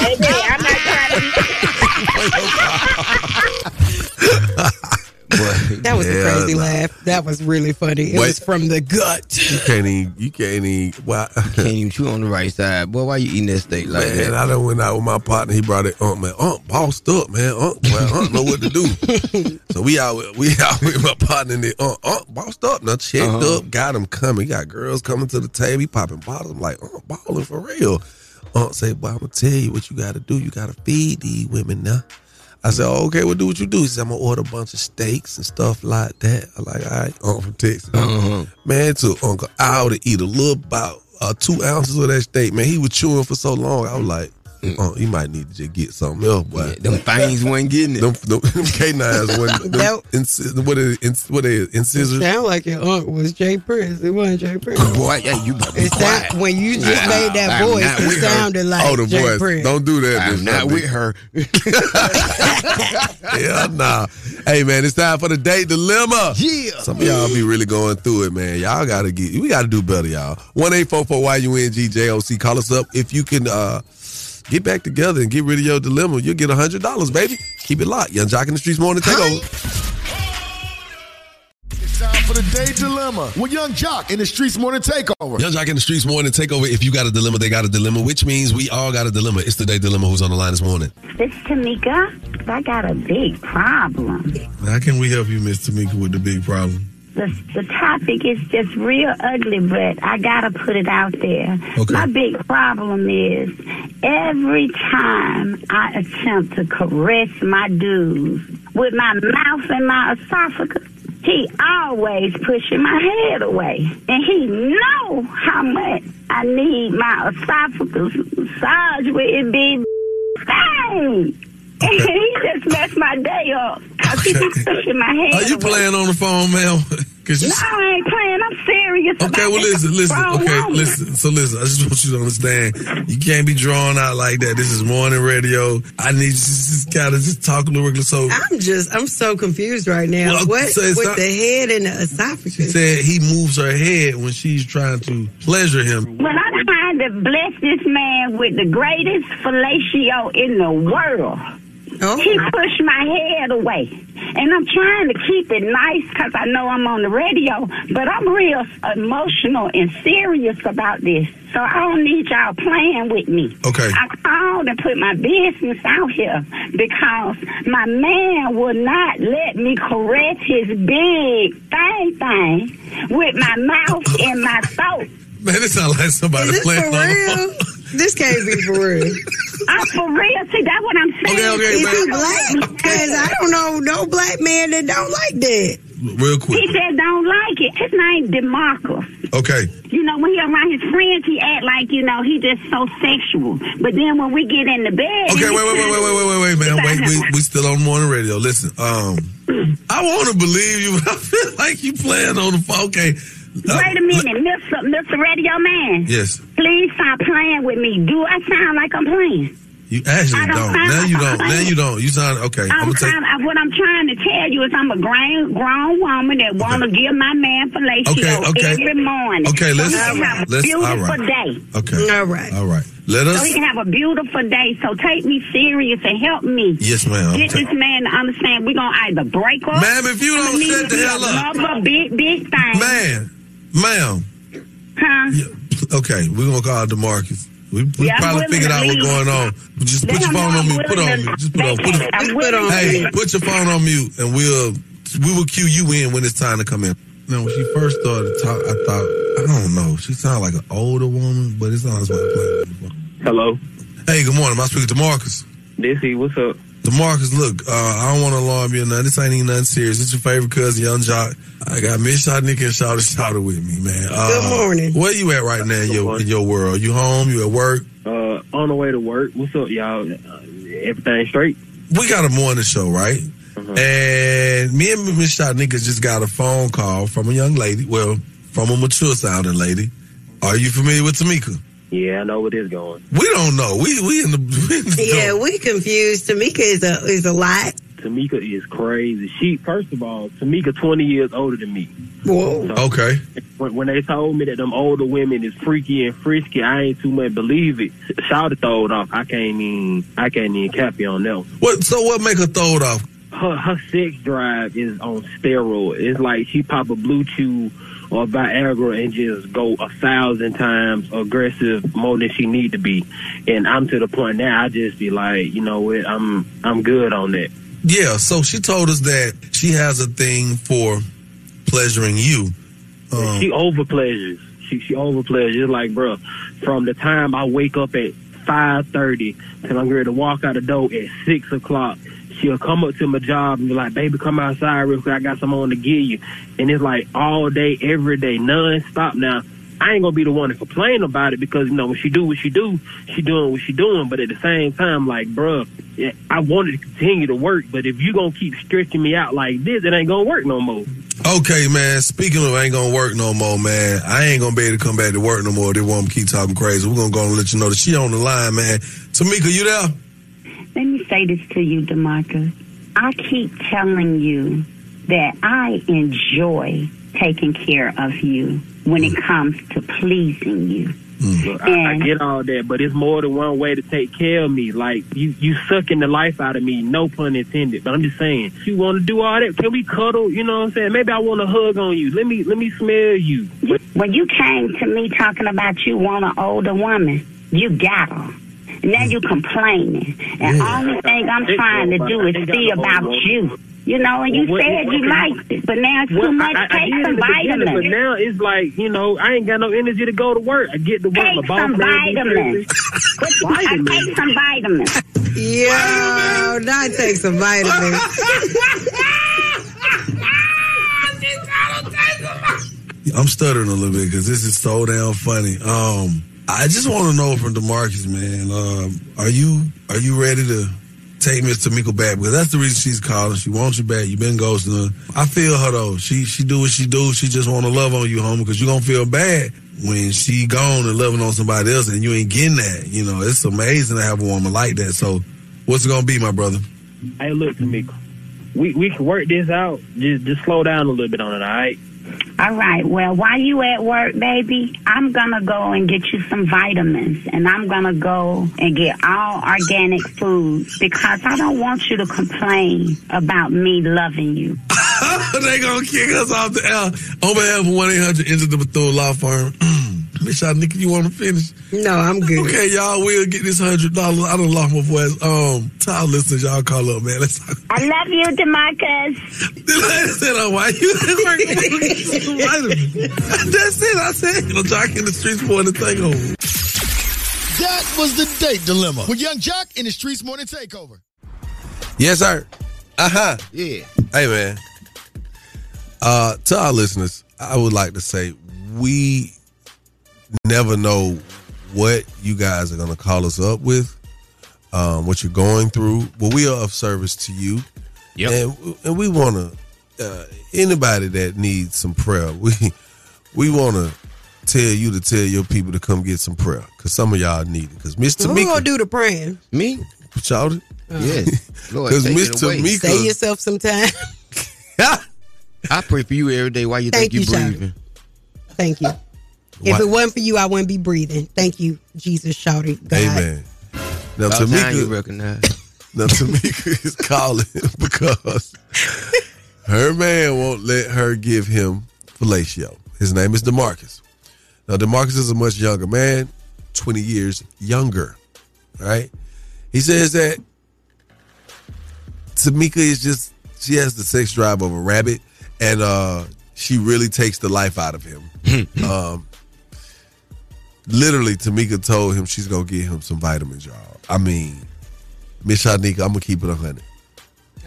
[SPEAKER 15] Baby, I'm not trying to be
[SPEAKER 6] That was a
[SPEAKER 2] Yeah,
[SPEAKER 6] crazy
[SPEAKER 2] nah.
[SPEAKER 6] laugh. That was really funny. It
[SPEAKER 2] Wait.
[SPEAKER 6] was from the gut.
[SPEAKER 2] You can't even. You can't even. Wow.
[SPEAKER 3] Can't even chew on the right side. Boy, why you eating that steak like
[SPEAKER 2] Man,
[SPEAKER 3] that?
[SPEAKER 2] I done went out with my partner. He brought it. Unc, man, Unc bossed up, man. Unc, well, Unc know what to do. so we out. with- We out with my partner. And then Unc, Unc bossed up. Now checked
[SPEAKER 3] Uh-huh.
[SPEAKER 2] up. Got him coming. He got girls coming to the table. He popping bottles. I'm like, Unc balling for real. Unc say, "Boy, I'm gonna tell you what you gotta do. You gotta feed these women now." I said, oh, "Okay, well, do what you do." He said, "I'm gonna order a bunch of steaks and stuff like that." I'm like, "All right, Unc from Texas."
[SPEAKER 3] Uh-huh.
[SPEAKER 2] Man, it took Uncle Al to eat a little about uh, two ounces of that steak. Man, he was chewing for so long. I was like, "Oh, you might need to just get something else, boy."
[SPEAKER 3] Mm. Them things wasn't getting it.
[SPEAKER 2] Them, them, them [laughs] canines wasn't. Them,
[SPEAKER 6] That-
[SPEAKER 2] incis- what is what is incisors?
[SPEAKER 6] Sound like your aunt was Jay Prince. It wasn't Jay Prince.
[SPEAKER 2] [laughs]
[SPEAKER 3] Boy, yeah, you better be
[SPEAKER 6] It
[SPEAKER 3] quiet.
[SPEAKER 6] sound, when you just
[SPEAKER 3] Nah,
[SPEAKER 6] made that
[SPEAKER 3] I'm
[SPEAKER 6] voice,
[SPEAKER 3] not
[SPEAKER 6] it
[SPEAKER 3] with her.
[SPEAKER 6] sounded like
[SPEAKER 2] oh, the
[SPEAKER 6] Jay
[SPEAKER 2] voice.
[SPEAKER 6] Prince.
[SPEAKER 2] Don't do that.
[SPEAKER 3] I'm
[SPEAKER 2] this
[SPEAKER 3] not
[SPEAKER 2] Sunday.
[SPEAKER 3] with
[SPEAKER 6] [laughs]
[SPEAKER 3] her.
[SPEAKER 2] [laughs] Yeah, nah. Hey, man, it's time for the date dilemma.
[SPEAKER 3] Yeah.
[SPEAKER 2] Some of y'all be really going through it, man. Y'all gotta get, we gotta do better, y'all. One eight four four Y U N G J O C. Call us up if you can uh, get back together and get rid of your dilemma. You'll get hundred dollars, baby. Keep it locked. Young Jock in the Streets morning takeover.
[SPEAKER 4] Time for the day dilemma with Young Jock in the Streets Morning Takeover.
[SPEAKER 2] Young Jock in the Streets morning takeover. If you got a dilemma, they got a dilemma, which means we all got a dilemma. It's the day dilemma. Who's on the line this morning?
[SPEAKER 15] Miss Tamika, I got a big problem.
[SPEAKER 2] How can we help you, Miss Tamika, with the big problem?
[SPEAKER 15] The, the topic is just real ugly, but I gotta put it out there.
[SPEAKER 2] Okay.
[SPEAKER 15] My big problem is every time I attempt to caress my dude with my mouth and my esophagus, he always pushing my head away, and he know how much I need my esophagus massage with it be thing. And [laughs] he just messed my day up because he be pushing my head.
[SPEAKER 2] Are you
[SPEAKER 15] away.
[SPEAKER 2] playing on the phone, ma'am? [laughs] 'Cause you
[SPEAKER 15] No, I ain't playing. I'm serious.
[SPEAKER 2] Okay,
[SPEAKER 15] about
[SPEAKER 2] well,
[SPEAKER 15] this.
[SPEAKER 2] listen, listen.
[SPEAKER 15] Wrong
[SPEAKER 2] Okay,
[SPEAKER 15] woman.
[SPEAKER 2] listen. So, listen, I just want you to understand you can't be drawn out like that. This is morning radio. I need you to just kind of just talk lyrical. So,
[SPEAKER 6] I'm just, I'm so confused right now.
[SPEAKER 2] Well,
[SPEAKER 6] what
[SPEAKER 2] so it's
[SPEAKER 6] with
[SPEAKER 2] not-
[SPEAKER 6] the head and the
[SPEAKER 2] [laughs] she
[SPEAKER 6] esophagus?
[SPEAKER 2] said he moves her head when she's trying to pleasure him.
[SPEAKER 15] Well, I'm trying to bless this man with the greatest fellatio in the world. He
[SPEAKER 6] Oh,
[SPEAKER 15] pushed my head away. And I'm trying to keep it nice because I know I'm on the radio, but I'm real emotional and serious about this. So I don't need y'all playing with me.
[SPEAKER 2] Okay.
[SPEAKER 15] I called and put my business out here because my man will not let me caress his big thing thing with my mouth and my throat.
[SPEAKER 2] Man, it sounds like somebody
[SPEAKER 6] is this
[SPEAKER 2] playing
[SPEAKER 6] for
[SPEAKER 2] on the phone.
[SPEAKER 6] real? This can't be for
[SPEAKER 2] [laughs]
[SPEAKER 6] real.
[SPEAKER 15] I'm for real. See, that's what I'm saying.
[SPEAKER 2] Okay, okay,
[SPEAKER 6] Is
[SPEAKER 2] man.
[SPEAKER 6] he black? Because I don't know no black man that don't like that.
[SPEAKER 2] Real
[SPEAKER 15] He
[SPEAKER 2] quick.
[SPEAKER 15] said don't like it. His name DeMarcus.
[SPEAKER 2] Okay.
[SPEAKER 15] You know, when he around his friends, he act like, you know, he just so sexual. But then when we get in the bed...
[SPEAKER 2] Okay, wait, wait, wait, wait, wait, wait, wait, wait, man. Wait, we, we still on morning radio. Listen, um,
[SPEAKER 15] Mm.
[SPEAKER 2] I want to believe you, [laughs] but I feel like you playing on the phone. Okay. Uh,
[SPEAKER 15] Wait a minute, Mr. Mr. Radio Man.
[SPEAKER 2] Yes.
[SPEAKER 15] Please stop playing with me. Do I sound like I'm playing?
[SPEAKER 2] You actually
[SPEAKER 15] I don't
[SPEAKER 2] don't.
[SPEAKER 15] sound
[SPEAKER 2] Now
[SPEAKER 15] like
[SPEAKER 2] you
[SPEAKER 15] I'm
[SPEAKER 2] don't. Now
[SPEAKER 15] playing.
[SPEAKER 2] you don't. You sound okay. I'm,
[SPEAKER 15] I'm
[SPEAKER 2] gonna take.
[SPEAKER 15] trying, I, what I'm trying to tell you is I'm a grown, grown woman that want to give my man fellatio
[SPEAKER 2] Okay, okay.
[SPEAKER 15] every morning.
[SPEAKER 2] Okay,
[SPEAKER 15] So
[SPEAKER 2] let's-
[SPEAKER 15] he can have a
[SPEAKER 2] let's- all
[SPEAKER 15] beautiful
[SPEAKER 2] right.
[SPEAKER 15] day.
[SPEAKER 2] Okay.
[SPEAKER 6] All right.
[SPEAKER 2] All right. Let us-
[SPEAKER 15] So he can have a beautiful day. So take me serious and help me.
[SPEAKER 2] Yes, ma'am.
[SPEAKER 15] Get this man to understand we're going to either break up.
[SPEAKER 2] Ma'am, if you don't shut the hell up.
[SPEAKER 15] Another big, big thing.
[SPEAKER 2] Man, ma'am.
[SPEAKER 15] Huh?
[SPEAKER 2] Okay, we're gonna call Demarcus. We, we
[SPEAKER 15] Yeah, I'm
[SPEAKER 2] probably
[SPEAKER 15] willing
[SPEAKER 2] figured
[SPEAKER 15] to
[SPEAKER 2] out what's
[SPEAKER 15] leave.
[SPEAKER 2] going on. Just
[SPEAKER 15] They
[SPEAKER 2] put your
[SPEAKER 15] don't
[SPEAKER 2] phone
[SPEAKER 15] know
[SPEAKER 2] on
[SPEAKER 15] I'm
[SPEAKER 2] mute. Put
[SPEAKER 15] willing
[SPEAKER 2] on
[SPEAKER 15] to-
[SPEAKER 2] mute. Just put
[SPEAKER 15] they
[SPEAKER 2] on. Put,
[SPEAKER 15] can't- I'm
[SPEAKER 2] just put
[SPEAKER 15] willing
[SPEAKER 2] on.
[SPEAKER 15] to
[SPEAKER 2] Hey,
[SPEAKER 15] leave.
[SPEAKER 2] put your phone on mute, and we'll we will cue you in when it's time to come in. Now, when she first started to talk, I thought I don't know. She sounded like an older woman, but it sounds like
[SPEAKER 16] Hello.
[SPEAKER 2] Hey, good morning. Am I speaking to Marcus?
[SPEAKER 16] Dizzy, what's up?
[SPEAKER 2] Demarcus, look, uh, I don't want to alarm you or nothing. This ain't even nothing serious. It's your favorite cousin, Young Jock. I got Miss Shot Nick and Shouter Shouter with me, man.
[SPEAKER 16] Good
[SPEAKER 2] morning. Where you at right now in your, in your world? You home? You at work?
[SPEAKER 16] Uh, on the way to work. What's up, y'all? Uh, everything straight? Mm-hmm.
[SPEAKER 2] We got a morning show, right? And me and Miss Shot Niggas just got a phone call from a young lady. Well, from a mature sounding lady. Are you familiar with Tamika?
[SPEAKER 16] Yeah, I know what is going.
[SPEAKER 2] We don't know. We we in the
[SPEAKER 17] Yeah, we confused. Tamika is a is a lot.
[SPEAKER 16] Tamika is crazy. She, first of all, Tamika twenty years older than me.
[SPEAKER 17] Whoa.
[SPEAKER 2] Okay.
[SPEAKER 16] When, when they told me that them older women is freaky and frisky, I ain't too much believe it. Shout it throwed off. I can't even. I can't even cap you on that. one.
[SPEAKER 2] What? So what make her throw it off?
[SPEAKER 16] Her her sex drive is on steroids. It's like she pop a blue chew or Viagra and just go a thousand times aggressive more than she need to be. And I'm to the point now. I just be like, you know what? I'm I'm good on that.
[SPEAKER 2] Yeah, so she told us that she has a thing for pleasuring you. Um,
[SPEAKER 16] she over pleasures. She she over pleasures. It's like, bro, from the time I wake up at five thirty till I'm ready to walk out the door at six o'clock, she'll come up to my job and be like, "Baby, come outside real quick. I got something I want to give you." And it's like all day, every day, nonstop. Now. I ain't gonna be the one to complain about it because you know when she do what she do, she doing what she doing. But at the same time, like, bruh, yeah, I wanted to continue to work, but if you gonna keep stretching me out like this, it ain't gonna work no more.
[SPEAKER 2] okay, man, speaking of ain't gonna work no more, man, I ain't gonna be able to come back to work no more. They want to keep talking crazy. We're gonna go and let you know that she on the line, man. Tamika, you there?
[SPEAKER 15] Let me say this to you, DeMarcus. I keep telling you that I enjoy taking care of you when it comes to pleasing you.
[SPEAKER 16] Look, I, I
[SPEAKER 15] Mm-hmm.
[SPEAKER 16] get all that, but it's more than one way to take care of me. Like you, you sucking the life out of me. No pun intended. But I'm just saying, you want to do all that? Can we cuddle? You know what I'm saying? Maybe I want to hug on you. Let me, let me smell you.
[SPEAKER 15] When you came to me talking about you want an older woman, you got her. Now you complaining. And only thing I'm trying to do is see about you. You know, and you
[SPEAKER 16] Well, what-
[SPEAKER 15] said
[SPEAKER 16] what
[SPEAKER 15] you
[SPEAKER 16] can-
[SPEAKER 15] liked it, but now it's too
[SPEAKER 16] Well,
[SPEAKER 15] much.
[SPEAKER 16] I- I- I
[SPEAKER 15] Take
[SPEAKER 16] did in
[SPEAKER 15] some
[SPEAKER 16] the beginning,
[SPEAKER 15] vitamins.
[SPEAKER 16] But now it's like you know, I ain't got no energy to go to work. I get to work.
[SPEAKER 15] Take
[SPEAKER 16] my boss
[SPEAKER 15] some
[SPEAKER 16] made me
[SPEAKER 15] vitamins. I take some vitamins.
[SPEAKER 17] Yeah, not take some
[SPEAKER 2] [laughs]
[SPEAKER 17] vitamins.
[SPEAKER 2] I'm stuttering a little bit because this is so damn funny. Um, I just want to know from Demarcus, man, um, are you are you ready to take Miss Tamika back? Because that's the reason she's calling. She wants you back. you been ghosting her. I feel her though. She she do what she do. She just want to love on you, homie, because you gonna feel bad when she gone and loving on somebody else, and you ain't getting that. You know, it's amazing to have a woman like that. So, what's it gonna be, my brother?
[SPEAKER 16] Hey, look, Tamika, we we can work this out. Just just slow down a little bit on it. All right.
[SPEAKER 15] All right. Well, while you at work, baby, I'm gonna go and get you some vitamins, and I'm gonna go and get all organic food because I don't want you to complain about me loving you.
[SPEAKER 2] they gonna kick us off the air. On behalf of one eight hundred into the Bethune Law Firm. [clears throat] Miss y'all, Nikki, you want to finish?
[SPEAKER 17] No, I'm good.
[SPEAKER 2] Okay, y'all will get this hundred dollars. I done lost my voice. Um, time listeners, y'all call up, man. Let's talk.
[SPEAKER 15] I love you, Demarcus.
[SPEAKER 2] The lady said, "Oh, why you [laughs] at work looking for vitamins?" That's it. I said, "You know, jock in the streets for the thing over."
[SPEAKER 4] That was the date dilemma with Young Jock in the Streets Morning Takeover.
[SPEAKER 2] Yes, sir. Uh huh.
[SPEAKER 4] Yeah.
[SPEAKER 2] Hey, man. Uh, to our listeners, I would like to say we never know what you guys are going to call us up with, um, what you're going through, but we are of service to you. Yeah. And, and we want to, uh, anybody that needs some prayer, [laughs] we, we want to tell you to tell your people to come get some prayer because some of y'all need it. Because Miss
[SPEAKER 17] So who
[SPEAKER 2] Tamika,
[SPEAKER 17] gonna do the praying?
[SPEAKER 2] me, shout it. [laughs]
[SPEAKER 3] Yes. Lord,
[SPEAKER 2] because
[SPEAKER 3] take
[SPEAKER 2] Miss
[SPEAKER 3] it away.
[SPEAKER 2] Tamika,
[SPEAKER 17] Say yourself
[SPEAKER 6] [laughs]
[SPEAKER 17] some time.
[SPEAKER 3] I pray for you every day. Why you think
[SPEAKER 17] Thank
[SPEAKER 3] you
[SPEAKER 17] you, Shawty.
[SPEAKER 3] breathing?
[SPEAKER 17] Thank you.
[SPEAKER 6] If
[SPEAKER 2] Why-
[SPEAKER 6] it wasn't for you, I wouldn't be breathing. Thank you, Jesus, shouting. God.
[SPEAKER 2] Amen. Now
[SPEAKER 3] About time you
[SPEAKER 2] Tamika, [coughs] now Tamika is calling [laughs] because her man won't let her give him fellatio. His name is Demarcus. Now Demarcus is a much younger man, twenty years younger. Right? He says that Tamika is just she has the sex drive of a rabbit, and uh, she really takes the life out of him.
[SPEAKER 3] [laughs]
[SPEAKER 2] um, literally, Tamika told him she's gonna get him some vitamins, y'all. I mean, Miss Shanika, I'm gonna keep it a hundred.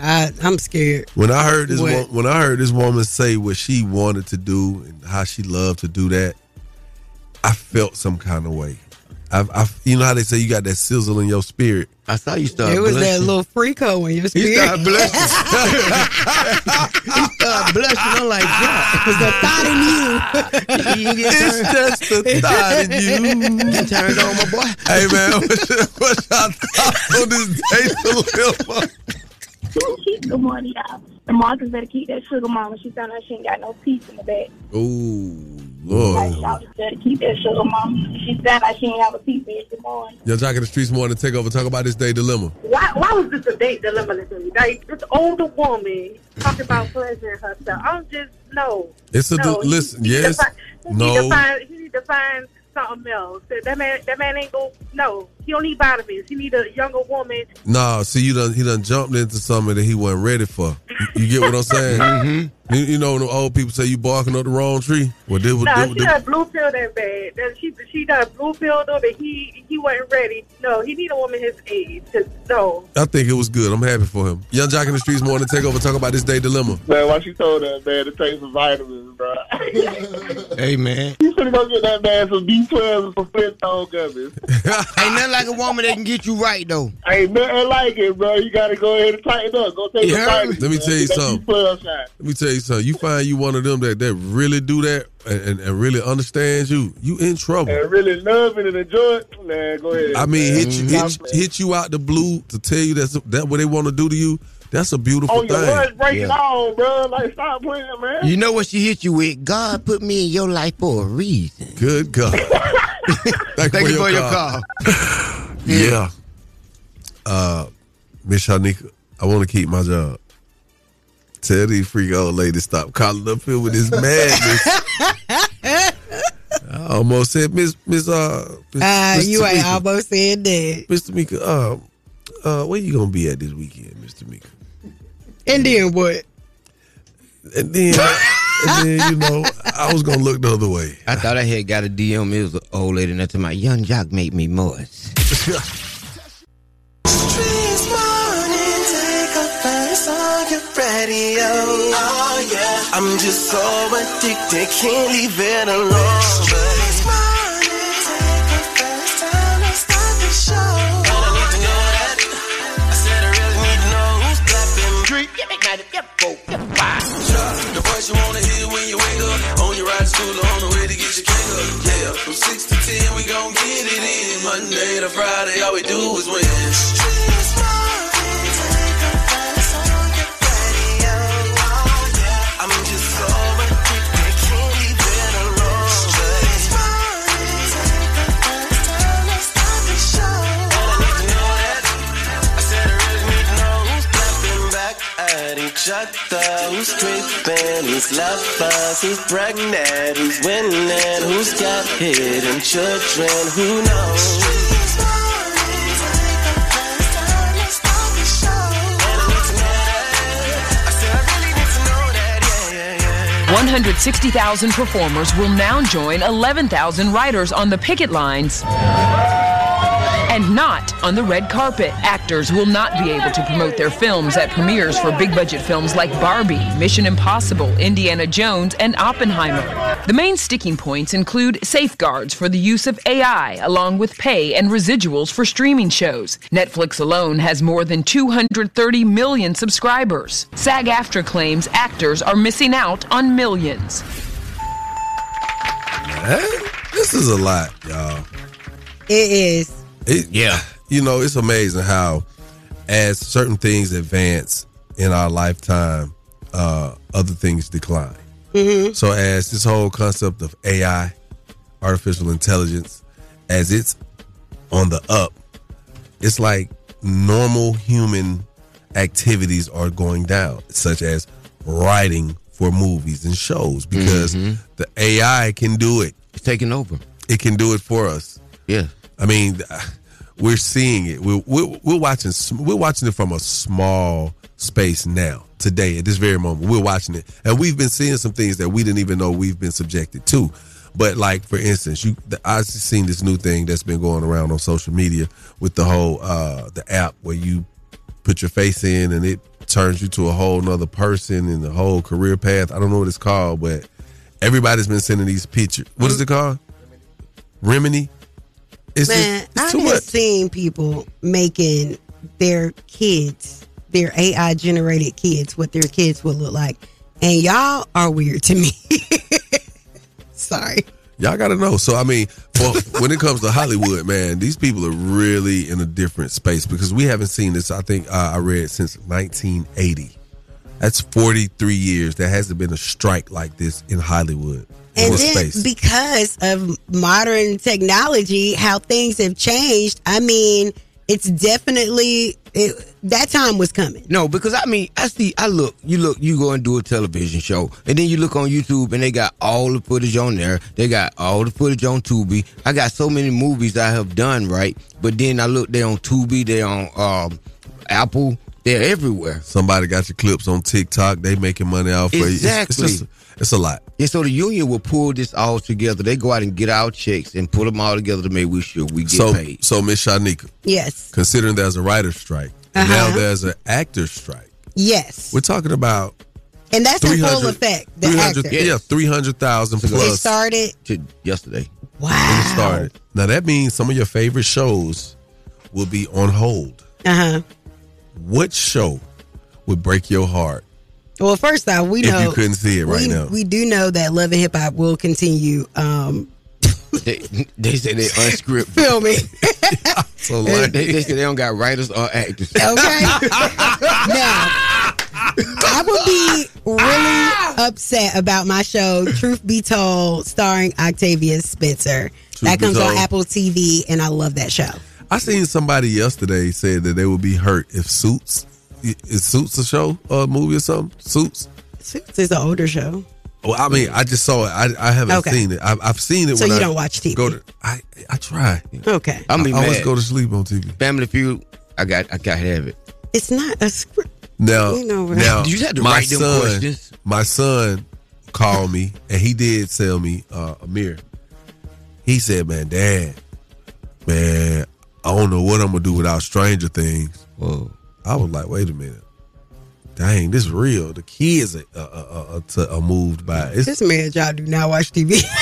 [SPEAKER 6] I, I'm scared.
[SPEAKER 2] When I heard this,
[SPEAKER 6] What?
[SPEAKER 2] wo- when I heard this woman say what she wanted to do and how she loved to do that, I felt some kind of way. I've, I've, you know how they say you got that sizzle in your spirit. I saw you start.
[SPEAKER 6] It was that little freak hoe in your spirit. [laughs]
[SPEAKER 2] started [laughs]
[SPEAKER 6] he started blushing. I'm like, God, it was the thought in you.
[SPEAKER 1] It's
[SPEAKER 2] just the thought in you.
[SPEAKER 3] You turned on my boy.
[SPEAKER 2] Hey man, what's your, what's your thoughts on this date dilemma?
[SPEAKER 18] Good morning, y'all. The Marcus better keep that sugar mama. She sound like she ain't got no teeth in the back.
[SPEAKER 2] Ooh, Lord.
[SPEAKER 18] Y'all just better keep that sugar mama. She sound like she ain't have a teeth in the morning.
[SPEAKER 2] Yo, Jock in the streets morning take over. Talk about this day dilemma.
[SPEAKER 19] Why, why was this a date dilemma? to me? Like, this older woman talking about pleasuring herself. I'm just, no.
[SPEAKER 2] It's a
[SPEAKER 19] no,
[SPEAKER 2] di- listen,
[SPEAKER 19] he- he
[SPEAKER 2] yes,
[SPEAKER 19] defi- he
[SPEAKER 2] no.
[SPEAKER 19] Need to find, he need to find something else. That- That man, that man ain't go, no. He don't need vitamins. He need a younger woman.
[SPEAKER 2] Nah, see, you done he done jumped into something that he wasn't ready for. You, you get what I'm saying? [laughs] mm-hmm. you, you know, when the old people say you barking up the wrong tree. Well, this was
[SPEAKER 19] no,
[SPEAKER 2] this,
[SPEAKER 19] she
[SPEAKER 2] this-
[SPEAKER 19] done blue pill that bad. That She, she done blue pill though, but he, he wasn't ready. No, he need a woman his age. 'cause no.
[SPEAKER 2] I think it was good. I'm happy for him. Young Jock in the streets morning take over. Talk about this day dilemma.
[SPEAKER 20] Man, why she told that man to take some vitamins, bro? [laughs]
[SPEAKER 2] Hey man,
[SPEAKER 20] you should go get that man some B12 and some Flintstone
[SPEAKER 2] [laughs]
[SPEAKER 20] gummies.
[SPEAKER 3] Ain't nothing like a woman that can get you right though.
[SPEAKER 20] Ain't nothing like it, bro. You gotta go ahead and tighten up. Go take
[SPEAKER 2] You
[SPEAKER 20] some
[SPEAKER 2] heard me?
[SPEAKER 20] vitamins.
[SPEAKER 2] Let me
[SPEAKER 20] man.
[SPEAKER 2] tell you
[SPEAKER 20] Get that
[SPEAKER 2] something.
[SPEAKER 20] B12 shot.
[SPEAKER 2] let me tell you something. You find you one of them that that really do that and, and, and really understands you. You in trouble.
[SPEAKER 20] And really love it and enjoy it, man. Go ahead.
[SPEAKER 2] Oh. I mean,
[SPEAKER 20] man.
[SPEAKER 2] hit you hit, you- hit you out the blue to tell you that's that what they want to do to you. That's a beautiful
[SPEAKER 20] On Oh, your lunch
[SPEAKER 2] thing.
[SPEAKER 20] break it on, bro. Like, stop playing, man.
[SPEAKER 3] You know what she hit you with? God put me in your life for a reason.
[SPEAKER 6] [laughs]
[SPEAKER 2] Good God.
[SPEAKER 3] Thank, you for your call.
[SPEAKER 2] [laughs] Yeah. Uh Miss Shanika, I want to keep my job. Tell these freak old ladies stop calling up here with
[SPEAKER 6] [laughs]
[SPEAKER 2] this madness. I almost said Miss Miss uh Miss,
[SPEAKER 6] Ah,
[SPEAKER 2] Miss
[SPEAKER 6] you ain't
[SPEAKER 2] Tamika,
[SPEAKER 6] almost said that.
[SPEAKER 2] Miss Tamika, uh, uh, where you gonna be at this weekend, Miss Tamika?
[SPEAKER 6] And then what?
[SPEAKER 2] And then, and then you know, I was gonna look the other way.
[SPEAKER 3] I thought I had got a DM. It was an old lady next to my young jock made me moist.
[SPEAKER 1] Streets morning, take a place on your radio. Oh yeah, I'm just so addicted, can't leave it alone. Streets morning, take a first time to stop the show. I need to know that. I said I really need to know who's clapping. Drink, get me night, get both, get five. The voice you wanna hear when you wake up, on your ride to school or on the way to get your cake up. Yeah, from six to ten we gon' get it in. Monday to Friday, all we do is win. Streets morning, take a first on your radio. Oh yeah, I'm just so addicted, can't leave it alone. Streets morning, take a first time to stop the show. And I need to know that. I said I really need to know who's clapping back at each other, who's tripping, who's lovers, who's pregnant, who's winning, who's got hidden children, who knows? I said I really need to know that, yeah, yeah, yeah.
[SPEAKER 13] 160,000 performers will now join 11,000 writers on the picket lines and not on the red carpet. Actors will not be able to promote their films at premieres for big budget films like Barbie, Mission Impossible, Indiana Jones, and Oppenheimer. The main sticking points include safeguards for the use of AI, along with pay and residuals for streaming shows. Netflix alone has more than 230 million subscribers. SAG AFTRA claims actors are missing out on millions.
[SPEAKER 2] Eh? This is a lot, y'all.
[SPEAKER 6] It is.
[SPEAKER 2] It, yeah. You know, it's amazing how as certain things advance in our lifetime,
[SPEAKER 1] Mm-hmm.
[SPEAKER 2] [laughs] uh, other things decline. So as this whole concept of AI, artificial intelligence as it's on the up, it's like normal human activities are going down, such as writing for movies and shows because
[SPEAKER 3] Mhm.
[SPEAKER 2] the AI can do it. Mm-hmm. It's taking over. It can do it for us. Yeah. I mean, we're seeing it. We're, we're, we're watching. sm- We're watching it from a small space now, today, at this very moment. We're watching it, and we've been seeing some things that we didn't even know we've been subjected to. But like, for instance, you, the, I've seen this new thing that's been going around on social media with the whole uh the app where you put your face in and it turns you to a whole nother person and the whole career path. I don't know what it's called, but everybody's been sending these pictures. What is it called? Remini. It's just-
[SPEAKER 6] Man,
[SPEAKER 2] it's too
[SPEAKER 6] I've
[SPEAKER 2] much.
[SPEAKER 6] just seen people making their kids, their AI generated kids, what their kids will look like. And y'all are weird to me. [laughs] Sorry.
[SPEAKER 2] Y'all gotta know. So I mean, well, [laughs] when it comes to Hollywood, man, these people are really in a different space because we haven't seen this. I think uh, I read since 1980. That's 43 years. There hasn't been a strike like this in Hollywood.
[SPEAKER 6] And
[SPEAKER 2] or
[SPEAKER 6] then
[SPEAKER 2] space.
[SPEAKER 6] because of modern technology, how things have changed, I mean, it's definitely it, that time was coming.
[SPEAKER 3] No, because I mean, I see, I look, you look, you go and do a television show, and then you look on YouTube, and they got all the footage on there. They got all the footage on Tubi. I got so many movies I have done, right? But then I look, they on Tubi, they on um, Apple, they're everywhere.
[SPEAKER 2] Somebody got your clips on TikTok. They making money off of it. It's- it's
[SPEAKER 3] Exactly.
[SPEAKER 2] just- it's a lot.
[SPEAKER 3] And so the union will pull this all together. They go out and get our checks and put them all together to make we sure we get
[SPEAKER 2] so,
[SPEAKER 3] paid.
[SPEAKER 2] so Miss Shanika,
[SPEAKER 6] Yes.
[SPEAKER 2] considering there's a writer's strike, and
[SPEAKER 6] Uh-huh.
[SPEAKER 2] now there's an actor's strike.
[SPEAKER 6] Yes.
[SPEAKER 2] We're talking about
[SPEAKER 6] And that's in full
[SPEAKER 2] 300
[SPEAKER 6] effect. The
[SPEAKER 2] 300
[SPEAKER 6] actor.
[SPEAKER 2] yeah, three hundred thousand
[SPEAKER 6] It
[SPEAKER 2] plus.
[SPEAKER 6] started
[SPEAKER 3] yesterday.
[SPEAKER 6] Wow.
[SPEAKER 2] It started. Now that means some of your favorite shows will be on hold.
[SPEAKER 6] Uh huh.
[SPEAKER 2] What show would break your heart?
[SPEAKER 6] Well, first off, we
[SPEAKER 2] If
[SPEAKER 6] know
[SPEAKER 2] you couldn't see it right
[SPEAKER 6] we-
[SPEAKER 2] now.
[SPEAKER 6] We do know that Love and Hip Hop will continue um,
[SPEAKER 3] [laughs] They, they say they
[SPEAKER 6] [laughs]
[SPEAKER 3] unscripted.
[SPEAKER 2] [laughs]
[SPEAKER 6] filming.
[SPEAKER 3] So
[SPEAKER 6] like-
[SPEAKER 3] [laughs] they, they say they don't got writers or actors.
[SPEAKER 6] Okay. now, I would be really upset about my show, Truth Be Told, starring Octavia Spencer.
[SPEAKER 2] Truth
[SPEAKER 6] that
[SPEAKER 2] Be
[SPEAKER 6] comes on
[SPEAKER 2] Told.
[SPEAKER 6] Apple TV, and I love that show.
[SPEAKER 2] I seen somebody yesterday said that they would be hurt if Suits is Suits a show or a movie or something. Suits.
[SPEAKER 6] Suits is an older show.
[SPEAKER 2] Well, I mean, I just saw it. I, I haven't
[SPEAKER 6] Okay.
[SPEAKER 2] seen it. I've, I've seen it.
[SPEAKER 6] So
[SPEAKER 2] when
[SPEAKER 6] you
[SPEAKER 2] I
[SPEAKER 6] don't watch TV?
[SPEAKER 2] Go to. I I try.
[SPEAKER 6] Okay.
[SPEAKER 3] I mean,
[SPEAKER 2] I always
[SPEAKER 3] man.
[SPEAKER 2] go to sleep on TV.
[SPEAKER 3] Family Feud. I got. I got to have it.
[SPEAKER 6] It's not a script.
[SPEAKER 2] Now,
[SPEAKER 6] You know, right?
[SPEAKER 2] now
[SPEAKER 3] You had to
[SPEAKER 2] my
[SPEAKER 3] write them
[SPEAKER 2] son,
[SPEAKER 3] questions.
[SPEAKER 2] My son called me and he did sell me uh, a mirror. He said, "Man, Dad, man, I don't know what I'm gonna do without Stranger Things." Whoa! I was like, "Wait a minute, dang, this real." The kids are, uh, are, are, are, t- are uh, moved by it. It's-
[SPEAKER 6] this man, y'all do not watch TV. [laughs]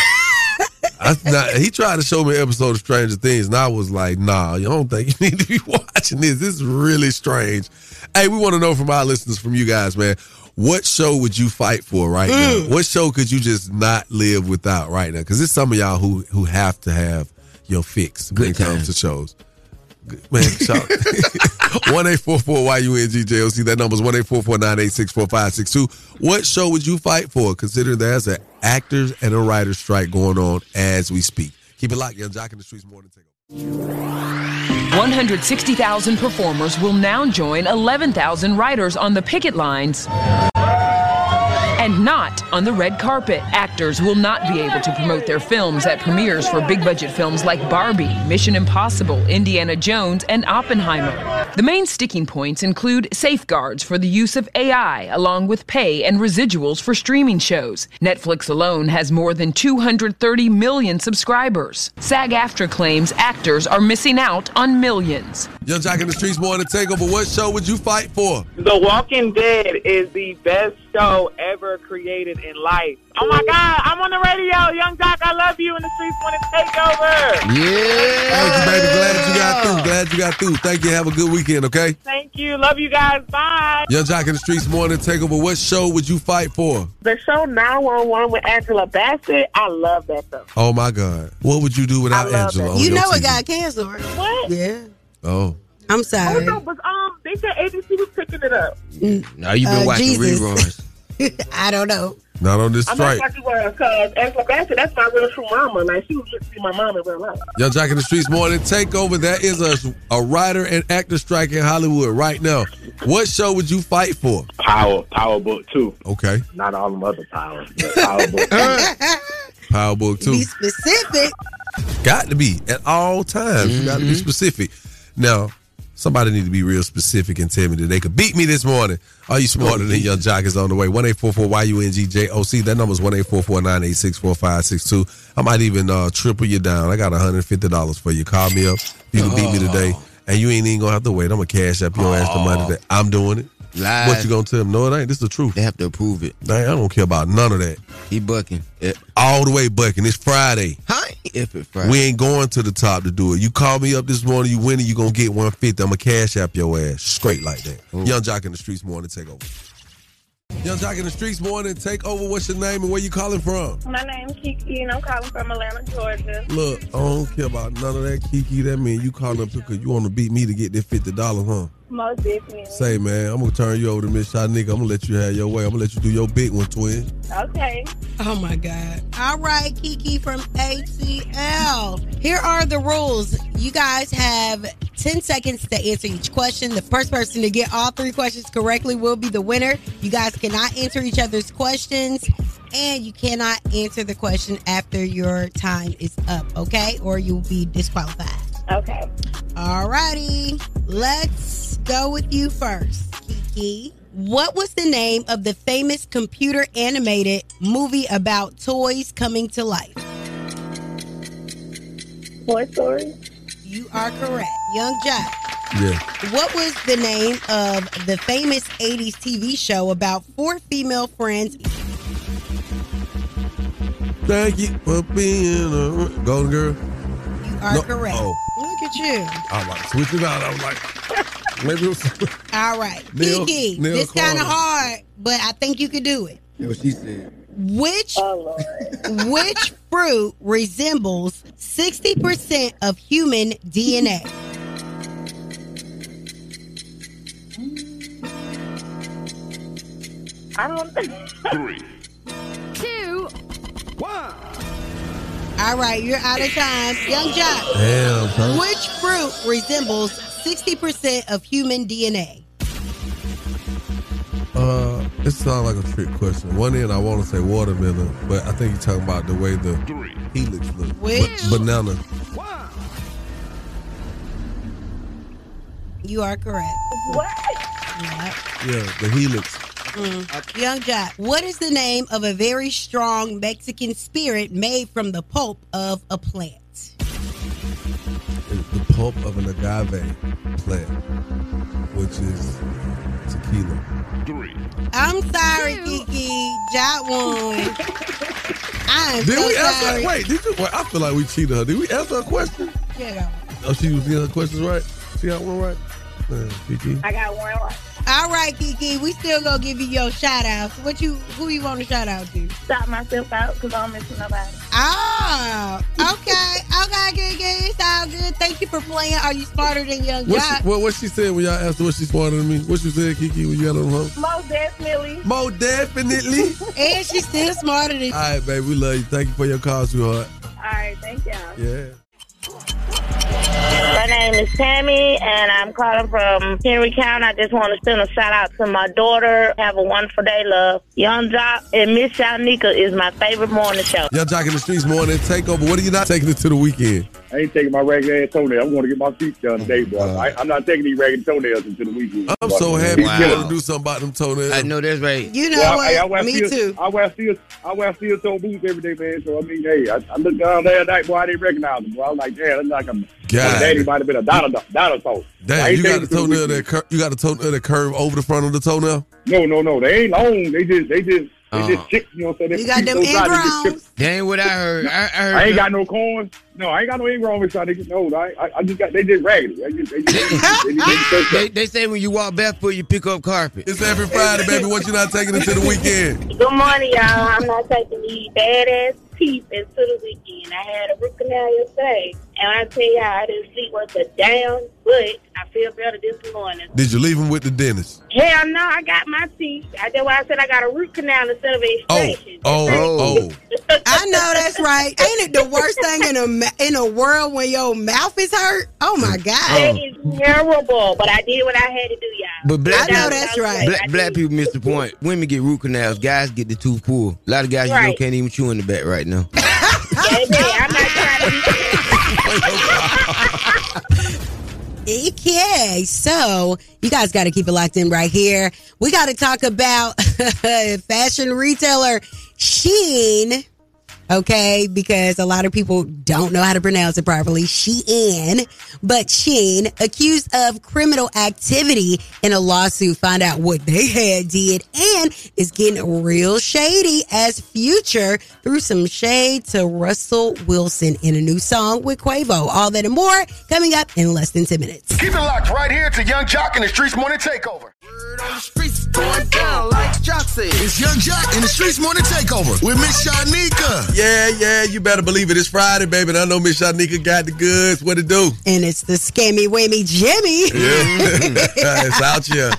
[SPEAKER 2] I, now, he tried to show me an episode of Stranger Things, and I was like, nah, you don't think you [laughs] need to be watching this. This is really strange. Hey, we want to know from our listeners, from you guys, man, what show would you fight for right now?
[SPEAKER 1] Mm.
[SPEAKER 2] What show could you just not live without right now? Because there's some of y'all who who have to have your fix when it comes to shows. Good- Man, shout. 1-844-YUNGJOC. That number's 1-844-986-4562. What show would you fight for, considering there's an actors and a writer's strike going on as we speak? Keep it locked, Young Jock in the Streets Morning Take.
[SPEAKER 13] 160,000 performers will now join 11,000 writers on the picket lines and not on the red carpet. Actors will not be able to promote their films at premieres for big budget films like Barbie, Mission Impossible, Indiana Jones, and Oppenheimer. The main sticking points include safeguards for the use of AI, along with pay and residuals for streaming shows. Netflix alone has more than 230 million subscribers. SAG AFTRA claims actors are missing out on millions.
[SPEAKER 2] Young Jock in the Streets Morning Takeover. What show would you fight for?
[SPEAKER 21] The Walking Dead is the best show ever created in life. Oh my God, I'm on the radio. Young Doc, I love you, and the streets want to take over.
[SPEAKER 2] Thank you, baby. Glad you got through. Glad you got through. Thank you. Have a good weekend, okay?
[SPEAKER 21] Thank you. Love you guys. Bye.
[SPEAKER 2] Young Jock in the Streets Morning Takeover. What show would you fight for?
[SPEAKER 19] The show 911 with Angela Bassett, I love that show.
[SPEAKER 2] Oh, my God. What would you do without Angela? on
[SPEAKER 6] you
[SPEAKER 2] your
[SPEAKER 6] know it
[SPEAKER 2] TV?
[SPEAKER 6] got canceled. right?
[SPEAKER 19] What?
[SPEAKER 6] Yeah.
[SPEAKER 2] Oh.
[SPEAKER 6] I'm sorry.
[SPEAKER 19] Oh, no, but um, they said ABC was picking it up.
[SPEAKER 3] Now you've been
[SPEAKER 6] Uh,
[SPEAKER 3] watching
[SPEAKER 6] Jesus.
[SPEAKER 3] reruns.
[SPEAKER 6] [laughs] I don't know.
[SPEAKER 2] Not on this
[SPEAKER 19] I'm not
[SPEAKER 2] strike.
[SPEAKER 19] talking about uh, her because, as a bastard, that's my real true mama. Like, she was just be my mama in real life.
[SPEAKER 2] Young Jock in the Streets Morning Takeover. That is a, a writer and actor strike in Hollywood right now. What show would you fight for?
[SPEAKER 11] Power, Power Book 2.
[SPEAKER 2] Okay.
[SPEAKER 11] Not all them other powers, but Power Book 2.
[SPEAKER 2] [laughs] Power Book 2.
[SPEAKER 6] Be specific.
[SPEAKER 2] Got to be at all times. You got
[SPEAKER 3] Mm-hmm.
[SPEAKER 2] to be specific. Now, somebody need to be real specific and tell me that they could beat me this morning. Are you smarter than Young Jock is on the way? One eight four four Y U N G J O C. That number's one eight four four nine eight six four five six two. I might even uh, triple you down. I got one hundred fifty dollars for you. Call me up. You can beat me
[SPEAKER 3] Oh.
[SPEAKER 2] today, and you ain't even gonna have to wait. I'm gonna cash up your ass the money that I'm doing it.
[SPEAKER 3] Lies.
[SPEAKER 2] What you gonna tell them? No, it ain't. This is the truth. They
[SPEAKER 3] have to approve it.
[SPEAKER 2] I don't care about none of that.
[SPEAKER 3] He bucking.
[SPEAKER 2] All the way bucking. It's Friday. Hi.
[SPEAKER 3] If it
[SPEAKER 2] We ain't going to the top to do it. You call me up this morning, you winning, you gonna get 150. I'ma cash app your ass. Straight like that. Young Jock in the streets morning take over. Young Jock in the streets morning take over. What's your name and where you calling from?
[SPEAKER 22] My name's Kiki, and I'm calling from Atlanta, Georgia.
[SPEAKER 2] Look, I don't care about none of that Kiki. That mean you calling up because you wanna beat me to get that fifty dollars, huh?
[SPEAKER 22] Most definitely.
[SPEAKER 2] Say man, I'm gonna turn you over to Miss Shy Nigga. I'm gonna let you have your way. I'm gonna let you do your big one, twin.
[SPEAKER 22] Okay.
[SPEAKER 6] Oh my God. All right, Kiki from ATL. Here are the rules. You guys have 10 seconds to answer each question. The first person to get all three questions correctly will be the winner. You guys cannot answer each other's questions. And you cannot answer the question after your time is up, okay? Or you'll be disqualified.
[SPEAKER 22] Okay.
[SPEAKER 6] All righty. Let's go with you first, Kiki. What was the name of the famous computer animated movie about toys coming to life?
[SPEAKER 22] Toy Story.
[SPEAKER 6] You are correct. Young Jack.
[SPEAKER 2] Yeah.
[SPEAKER 6] What was the name of the famous 80s TV show about four female friends?
[SPEAKER 2] Thank you for being a golden girl.
[SPEAKER 6] You are
[SPEAKER 2] No.
[SPEAKER 6] correct.
[SPEAKER 2] Oh,
[SPEAKER 6] Look at you.
[SPEAKER 2] I like switch it out. I was like, [laughs] maybe it was
[SPEAKER 6] All right.
[SPEAKER 2] Neil-
[SPEAKER 6] Kiki,
[SPEAKER 2] Neil
[SPEAKER 6] this kind
[SPEAKER 2] Carter.
[SPEAKER 6] of hard, but I think you could do it.
[SPEAKER 3] What she said.
[SPEAKER 6] Which which fruit resembles 60% of human DNA?
[SPEAKER 22] I
[SPEAKER 6] Oh,
[SPEAKER 22] don't think.
[SPEAKER 11] Three.
[SPEAKER 6] Two. One. All right, you're out of time. Young Jock.
[SPEAKER 2] Damn, son.
[SPEAKER 6] Which fruit resembles 60% of human DNA?
[SPEAKER 2] Uh, it sounds like a trick question. One end, I want to say watermelon, but I think you're talking about the way the helix looks.
[SPEAKER 6] Well-
[SPEAKER 2] Ba- banana.
[SPEAKER 6] You are correct.
[SPEAKER 22] What?
[SPEAKER 2] Yeah, the helix.
[SPEAKER 6] Mm. Young Jock, what is the name of a very strong Mexican spirit made from the pulp of a plant?
[SPEAKER 2] is the pulp of an agave plant, which is tequila. Three.
[SPEAKER 6] I'm sorry, Kiki. Jock won. I am
[SPEAKER 2] Did
[SPEAKER 6] so
[SPEAKER 2] we
[SPEAKER 6] sorry.
[SPEAKER 2] answer? Wait, did you? Wait, I feel like we cheated her. Did we answer a question?
[SPEAKER 6] Yeah.
[SPEAKER 2] Oh, she was getting her questions right. She got one right. Man, Kiki.
[SPEAKER 22] I got one right.
[SPEAKER 6] All right, Kiki, we still gonna give you your shout outs. What you who you want to shout out to?
[SPEAKER 22] Stop myself out because I don't miss nobody.
[SPEAKER 6] Oh,
[SPEAKER 2] [laughs]
[SPEAKER 6] okay, okay, Kiki, it's all good. Thank you for playing. Are you smarter than Young
[SPEAKER 2] What
[SPEAKER 6] Jock?
[SPEAKER 2] she, what, what she said when y'all asked her what she smarter than me? What she said, Kiki, when you got on the phone?
[SPEAKER 22] Most definitely.
[SPEAKER 2] Mo definitely.
[SPEAKER 6] and she's still smarter than.
[SPEAKER 2] All right, baby, we love you. Thank you for your call, sweetheart.
[SPEAKER 22] All right, thank y'all.
[SPEAKER 2] Yeah.
[SPEAKER 18] My name is Tammy, and I'm calling from Henry County. I just want to send a shout out to my daughter. Have a wonderful day, love. Young Jock and Miss Shanika is my favorite morning show.
[SPEAKER 2] Y'all jocking the streets morning takeover. What are you not taking it to the weekend?
[SPEAKER 11] I ain't taking my regular ass toenail. I'm going to get my feet done today, bro. I, I'm not taking these regular toenails until the weekend.
[SPEAKER 2] Oh, I'm
[SPEAKER 11] boy.
[SPEAKER 2] so happy
[SPEAKER 11] Wow.
[SPEAKER 2] you got to do something about them toenails. I
[SPEAKER 3] know that's right.
[SPEAKER 6] You
[SPEAKER 11] Well, hey, I wear steel, I wear steel, I wear steel toe boots every day, man. So I mean, hey, I, I looked down there that night, boy, I didn't recognize him. Boy, I was like, damn, that's like a
[SPEAKER 2] God.
[SPEAKER 11] daddy might have been a dinosaur. dinosaur. I
[SPEAKER 2] Damn,
[SPEAKER 11] ain't
[SPEAKER 2] you
[SPEAKER 11] taking it to
[SPEAKER 2] got the
[SPEAKER 11] the
[SPEAKER 2] toenail
[SPEAKER 11] weekend.
[SPEAKER 2] that cur- you got a toenail that curve over the front of the toenail.
[SPEAKER 11] No, no, no, they ain't long. They just, they just, they
[SPEAKER 2] Uh.
[SPEAKER 11] just chips. You know what I'm saying? They
[SPEAKER 6] You got
[SPEAKER 11] keep
[SPEAKER 6] them
[SPEAKER 11] those out, they just chips.
[SPEAKER 3] That ain't what I heard. I, I heard
[SPEAKER 11] I ain't got no corn. No, I ain't got no ingrown inside. They just no. I, I, I just got they just raggedy. They just, they just, [laughs]
[SPEAKER 6] [laughs]
[SPEAKER 11] they just, they just, they just
[SPEAKER 3] They, they say when you walk barefoot, you pick up carpet.
[SPEAKER 2] It's every Friday, baby. What you not taking
[SPEAKER 3] [laughs]
[SPEAKER 2] it to the weekend?
[SPEAKER 18] Good morning, y'all. I'm not taking these badass teeth into the weekend. I had a root canal yesterday,
[SPEAKER 23] And I tell you, I didn't sleep worth a damn but I feel better this morning.
[SPEAKER 2] Did you leave him with the dentist?
[SPEAKER 23] Hell no, I got my teeth. I, that's why I said I got a root canal instead of a.
[SPEAKER 2] Oh, oh, oh.
[SPEAKER 6] I know
[SPEAKER 22] [laughs]
[SPEAKER 6] that's right. Ain't it the worst thing in a in the world when your mouth is hurt? Oh my
[SPEAKER 2] Mm.
[SPEAKER 6] god,
[SPEAKER 23] It is terrible, but I did what I had to do, y'all.
[SPEAKER 3] But
[SPEAKER 6] I
[SPEAKER 3] black
[SPEAKER 6] know
[SPEAKER 3] people-
[SPEAKER 6] that's
[SPEAKER 19] [laughs]
[SPEAKER 6] right.
[SPEAKER 3] Black, black people miss the point. Women get root canals. Guys get the tooth pulled. A lot of guys you know
[SPEAKER 23] Right.
[SPEAKER 3] can't even chew in the back right now.
[SPEAKER 6] [laughs] Okay, so you guys got to keep it locked in right here. We got to talk about [laughs] fashion retailer Sheen. Okay, because a lot of people don't know how to pronounce it properly. Shein, but Sheen accused of criminal activity in a lawsuit. Find out what they had did, and it's getting real shady as Future threw some shade to Russell Wilson in a new song with Quavo. All that and more coming up in less than ten minutes.
[SPEAKER 4] Keep it locked right here to Young Jock and the Streets Morning Takeover.
[SPEAKER 1] Going down like Jock said.
[SPEAKER 4] It's Young Jock in the Streets Morning Takeover with Miss Shanika.
[SPEAKER 2] Yeah, yeah, you better believe it. It's Friday, baby. And I know Miss Shanika got the goods. What it do?
[SPEAKER 6] And it's the scammy whammy Jimmy.
[SPEAKER 2] [laughs]
[SPEAKER 6] [laughs]
[SPEAKER 2] Yeah. it's out here.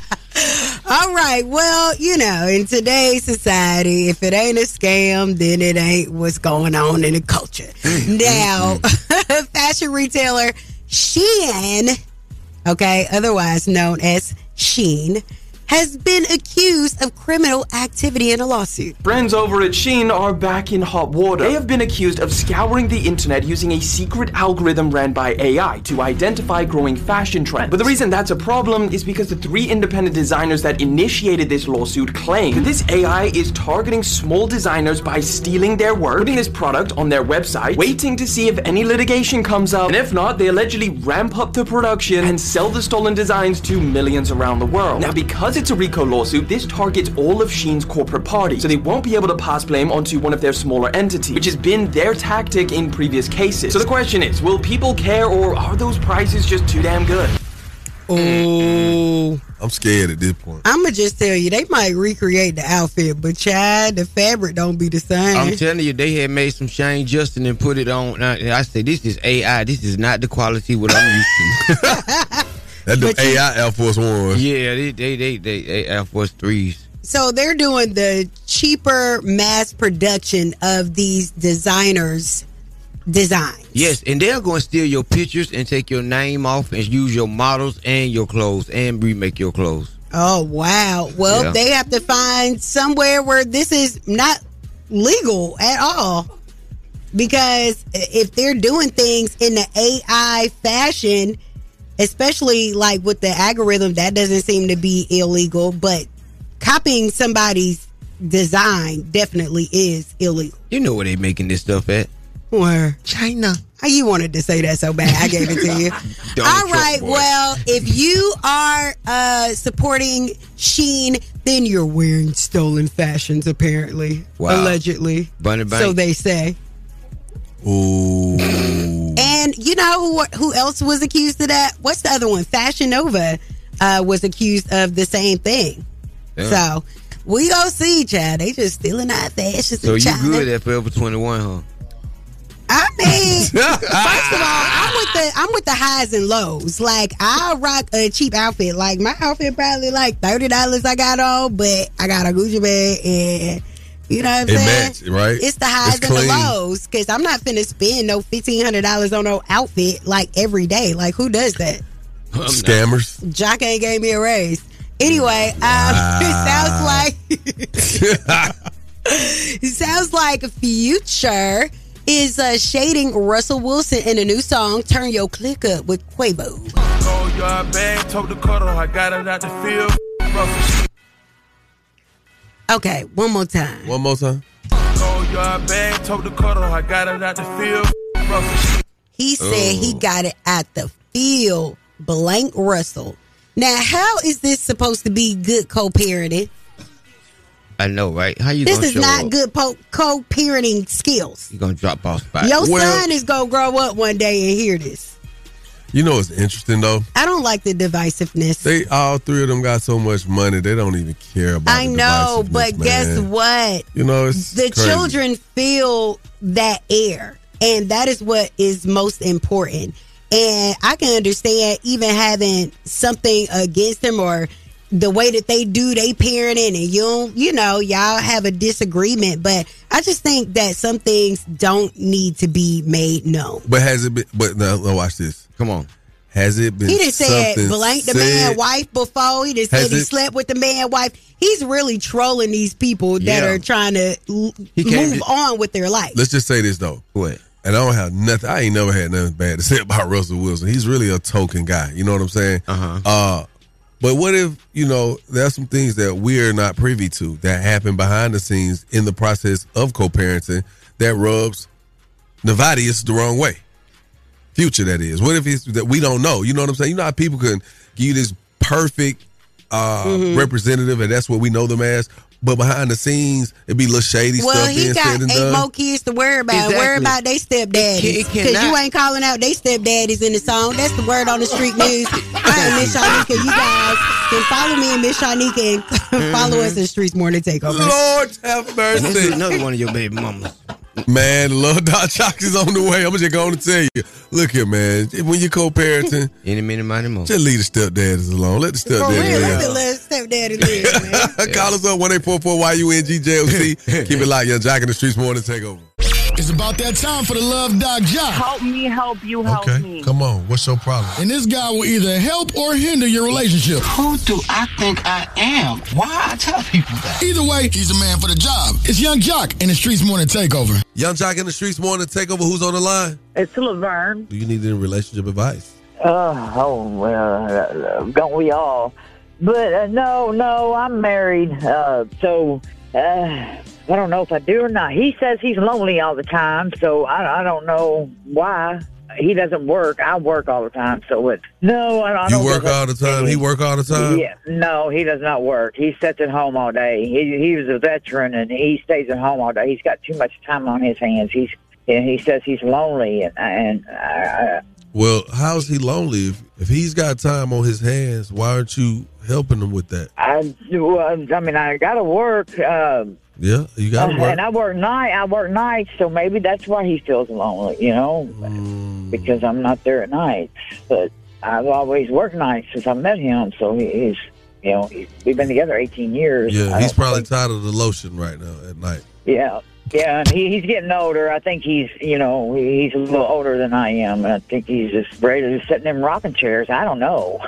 [SPEAKER 6] All right. Well, you know, in today's society, if it ain't a scam, then it ain't what's going on in the culture.
[SPEAKER 2] Mm,
[SPEAKER 6] now, [laughs] fashion retailer Shein, okay, otherwise known as Sheen, has been accused of criminal activity in a lawsuit.
[SPEAKER 24] Friends over at Sheen are back in hot water. They have been accused of scouring the internet using a secret algorithm ran by AI to identify growing fashion trends. But the reason that's a problem is because the three independent designers that initiated this lawsuit claim that this AI is targeting small designers by stealing their work, putting this product on their website, waiting to see if any litigation comes up, and if not, they allegedly ramp up the production and sell the stolen designs to millions around the world. Now, because it's a RICO lawsuit, this targets all of Sheen's corporate party, so they won't be able to pass blame onto one of their smaller entities, which has been their tactic in previous cases. So the question is, will people care or are those prices just too damn good?
[SPEAKER 2] Mm,
[SPEAKER 6] Oh.
[SPEAKER 2] I'm scared at this point.
[SPEAKER 6] I'ma just tell you, they might recreate the outfit, but child, the fabric don't be the same.
[SPEAKER 3] I'm telling you, they had made some Shane Justin and put it on. uh, And I say, this is AI. This is not the quality what I'm used
[SPEAKER 6] [laughs]
[SPEAKER 3] to.
[SPEAKER 2] That the AI Air Force One.
[SPEAKER 3] Yeah, they they they they, they Air Force Threes.
[SPEAKER 6] So they're doing the cheaper mass production of these designers' design.
[SPEAKER 3] Yes, and they're going to steal your pictures and take your name off and use your models and your clothes and remake your clothes.
[SPEAKER 6] Oh wow! Well,
[SPEAKER 3] Yeah.
[SPEAKER 6] they have to find somewhere where this is not legal at all, because if they're doing things in the AI fashion, especially like with the algorithm, that doesn't seem to be illegal. But copying somebody's design definitely is illegal.
[SPEAKER 3] You know where they making this stuff at?
[SPEAKER 6] Where China? How you wanted to say that so bad? I gave it to
[SPEAKER 3] [laughs]
[SPEAKER 6] you.
[SPEAKER 3] Donald
[SPEAKER 6] All
[SPEAKER 3] Trump
[SPEAKER 6] right.
[SPEAKER 3] boy.
[SPEAKER 6] Well, if you are uh, supporting Sheen, then you're wearing stolen fashions, apparently,
[SPEAKER 3] Wow.
[SPEAKER 6] allegedly.
[SPEAKER 3] Bunny Bank.
[SPEAKER 6] So they say.
[SPEAKER 2] Ooh.
[SPEAKER 6] And you know who, who else was accused of that? What's the other one? Fashion Nova uh, was accused of the same thing.
[SPEAKER 3] Yeah.
[SPEAKER 6] So we go see, Chad. They just stealing our fashions. in
[SPEAKER 3] So you
[SPEAKER 6] China.
[SPEAKER 3] good at Forever 21, huh?
[SPEAKER 6] I mean, first of
[SPEAKER 3] [laughs]
[SPEAKER 6] all, I'm with the I'm with the highs and lows. Like I'll rock a cheap outfit. Like my outfit probably like thirty dollars I got on, but I got a Gucci bag and you know what I'm
[SPEAKER 2] It
[SPEAKER 6] saying?
[SPEAKER 2] match, right?
[SPEAKER 6] It's the highs
[SPEAKER 2] It's
[SPEAKER 6] and the
[SPEAKER 2] clean.
[SPEAKER 6] lows because I'm not finna spend no fifteen hundred dollars on no outfit like every day. Like who does that?
[SPEAKER 2] Scammers.
[SPEAKER 6] Jock ain't gave me a raise. Anyway, um, [laughs] it sounds like it [laughs] sounds like Future is uh, shading Russell Wilson in a new song "Turn Your Click Up" with Quavo.
[SPEAKER 25] Oh, y'all bad, told the cuddle, I got it out the field. Rough
[SPEAKER 6] Okay, one more time.
[SPEAKER 2] One more time.
[SPEAKER 25] Oh, y'all bad, told the cuddle, I got it out the field. Rough
[SPEAKER 6] He said
[SPEAKER 2] Oh.
[SPEAKER 6] he got it at the field. Blank Russell. Now, how is this supposed to be good co-parenting?
[SPEAKER 3] I know, right? How you
[SPEAKER 6] This
[SPEAKER 3] gonna
[SPEAKER 6] is
[SPEAKER 3] show
[SPEAKER 6] not
[SPEAKER 3] up?
[SPEAKER 6] good po- co-parenting skills.
[SPEAKER 3] You gonna drop off by
[SPEAKER 6] Your son is gonna grow up one day and hear this.
[SPEAKER 2] You know what's interesting though?
[SPEAKER 6] I don't like the divisiveness.
[SPEAKER 2] They all three of them got so much money they don't even care about.
[SPEAKER 6] I
[SPEAKER 2] the
[SPEAKER 6] know,
[SPEAKER 2] divisiveness,
[SPEAKER 6] but
[SPEAKER 2] man.
[SPEAKER 6] guess what?
[SPEAKER 2] You know, it's
[SPEAKER 6] The
[SPEAKER 2] crazy.
[SPEAKER 6] children feel that air. And that is what is most important. And I can understand even having something against them or the way that they do they parenting and you don't, you know y'all have a disagreement but i just think that some things don't need to be made known
[SPEAKER 2] But has it been? But no, no, watch this. Come on. Has it been?
[SPEAKER 6] He done said
[SPEAKER 2] something
[SPEAKER 6] blank the
[SPEAKER 2] said-
[SPEAKER 6] man wife before. He done
[SPEAKER 2] Has
[SPEAKER 6] said he
[SPEAKER 2] it-
[SPEAKER 6] slept with the man wife. He's really trolling these people that
[SPEAKER 2] Yeah.
[SPEAKER 6] are trying to l-
[SPEAKER 2] He can't
[SPEAKER 6] move
[SPEAKER 2] ju-
[SPEAKER 6] on with their life.
[SPEAKER 2] Let's just say this though. What? And I don't have nothing. I ain't never had nothing bad to say [laughs] about Russell Wilson. He's really a token guy. You know what I'm saying? Uh-huh. But what if you know there's some things that we're not privy to that happen behind the scenes in the process of co-parenting that rubs Nevadius the wrong way. Future that is. What if it's that we don't know? You know what I'm saying? You know how people can give you this perfect uh,
[SPEAKER 6] Mhm.
[SPEAKER 2] representative, and that's what we know them as. But behind the scenes, it'd be little shady
[SPEAKER 6] well,
[SPEAKER 2] stuff
[SPEAKER 6] he
[SPEAKER 2] being
[SPEAKER 6] got
[SPEAKER 2] said
[SPEAKER 6] eight
[SPEAKER 2] and done.
[SPEAKER 6] more kids to worry about. Worry
[SPEAKER 2] Exactly.
[SPEAKER 6] about they
[SPEAKER 2] It
[SPEAKER 6] stepdaddies.
[SPEAKER 2] ca- it
[SPEAKER 6] Because you
[SPEAKER 2] cannot-
[SPEAKER 6] ain't calling out they stepdaddies in the song. That's the word on the
[SPEAKER 2] [laughs]
[SPEAKER 6] street news. I am Miss Shanika. You guys can follow me and Miss Shanika and [laughs] follow us in Streets Morning Takeover.
[SPEAKER 2] Mm-hmm. Lord have mercy.
[SPEAKER 3] This is another one of your baby mamas.
[SPEAKER 2] Man, the little dot Chox is on the way. I'm just going to tell you. Look here, man. When you're co-parenting, [laughs] any minute, money more. Just leave the stepdaddies alone. Let the
[SPEAKER 6] For real, that's
[SPEAKER 2] stepdaddies
[SPEAKER 6] the
[SPEAKER 2] alone.
[SPEAKER 6] little stepdaddy live, man.
[SPEAKER 2] [laughs] Call us up one eight four four Y U N G J O [laughs] C. Keep it locked, young Jock in the streets morning takeover.
[SPEAKER 4] It's about that time for the Love Doc Jock. Help
[SPEAKER 19] me help you
[SPEAKER 4] help
[SPEAKER 2] come on. What's your problem?
[SPEAKER 4] And this guy will either help or hinder your relationship. Who do I think I am? Why I tell people that? Either way, he's a man for the job. It's Young Jock in the Streets Morning Takeover.
[SPEAKER 2] Young Jock in the streets morning takeover. Who's on the line?
[SPEAKER 26] It's Laverne.
[SPEAKER 2] Do you need any relationship advice?
[SPEAKER 26] Oh, oh well, uh, don't we all? But uh, no, no, I'm married, uh, so uh, I don't know if I do or not. He says he's lonely all the time, so I, I don't know why he doesn't work. I work all the time, so it. No, I, I
[SPEAKER 2] You
[SPEAKER 26] don't.
[SPEAKER 2] work all the time. He work all the time.
[SPEAKER 26] Yeah, no, he does not work. He sits at home all day. He he was a veteran and he stays at home all day. He's got too much time on his hands. He's and he says he's lonely and and uh, I,
[SPEAKER 2] Well, how's he lonely? If, if he's got time on his hands, why aren't you helping him with that?
[SPEAKER 26] I, well, I mean, I gotta work. Um,
[SPEAKER 2] Yeah, you got to
[SPEAKER 26] uh,
[SPEAKER 2] work.
[SPEAKER 26] And I work night. I work nights, so maybe that's why he feels lonely. You know,
[SPEAKER 2] Mm.
[SPEAKER 26] because I'm not there at night. But I've always worked nights since I met him. So he, he's, you know, he's, we've been together 18 years.
[SPEAKER 2] Yeah,
[SPEAKER 26] I
[SPEAKER 2] he's
[SPEAKER 26] don't-
[SPEAKER 2] probably tired of the lotion right now at night.
[SPEAKER 26] yeah, yeah. And he, he's getting older. I think he's, you know, he- he's a little older than I am. And I think he's just ready to sit in them rocking chairs. I don't know.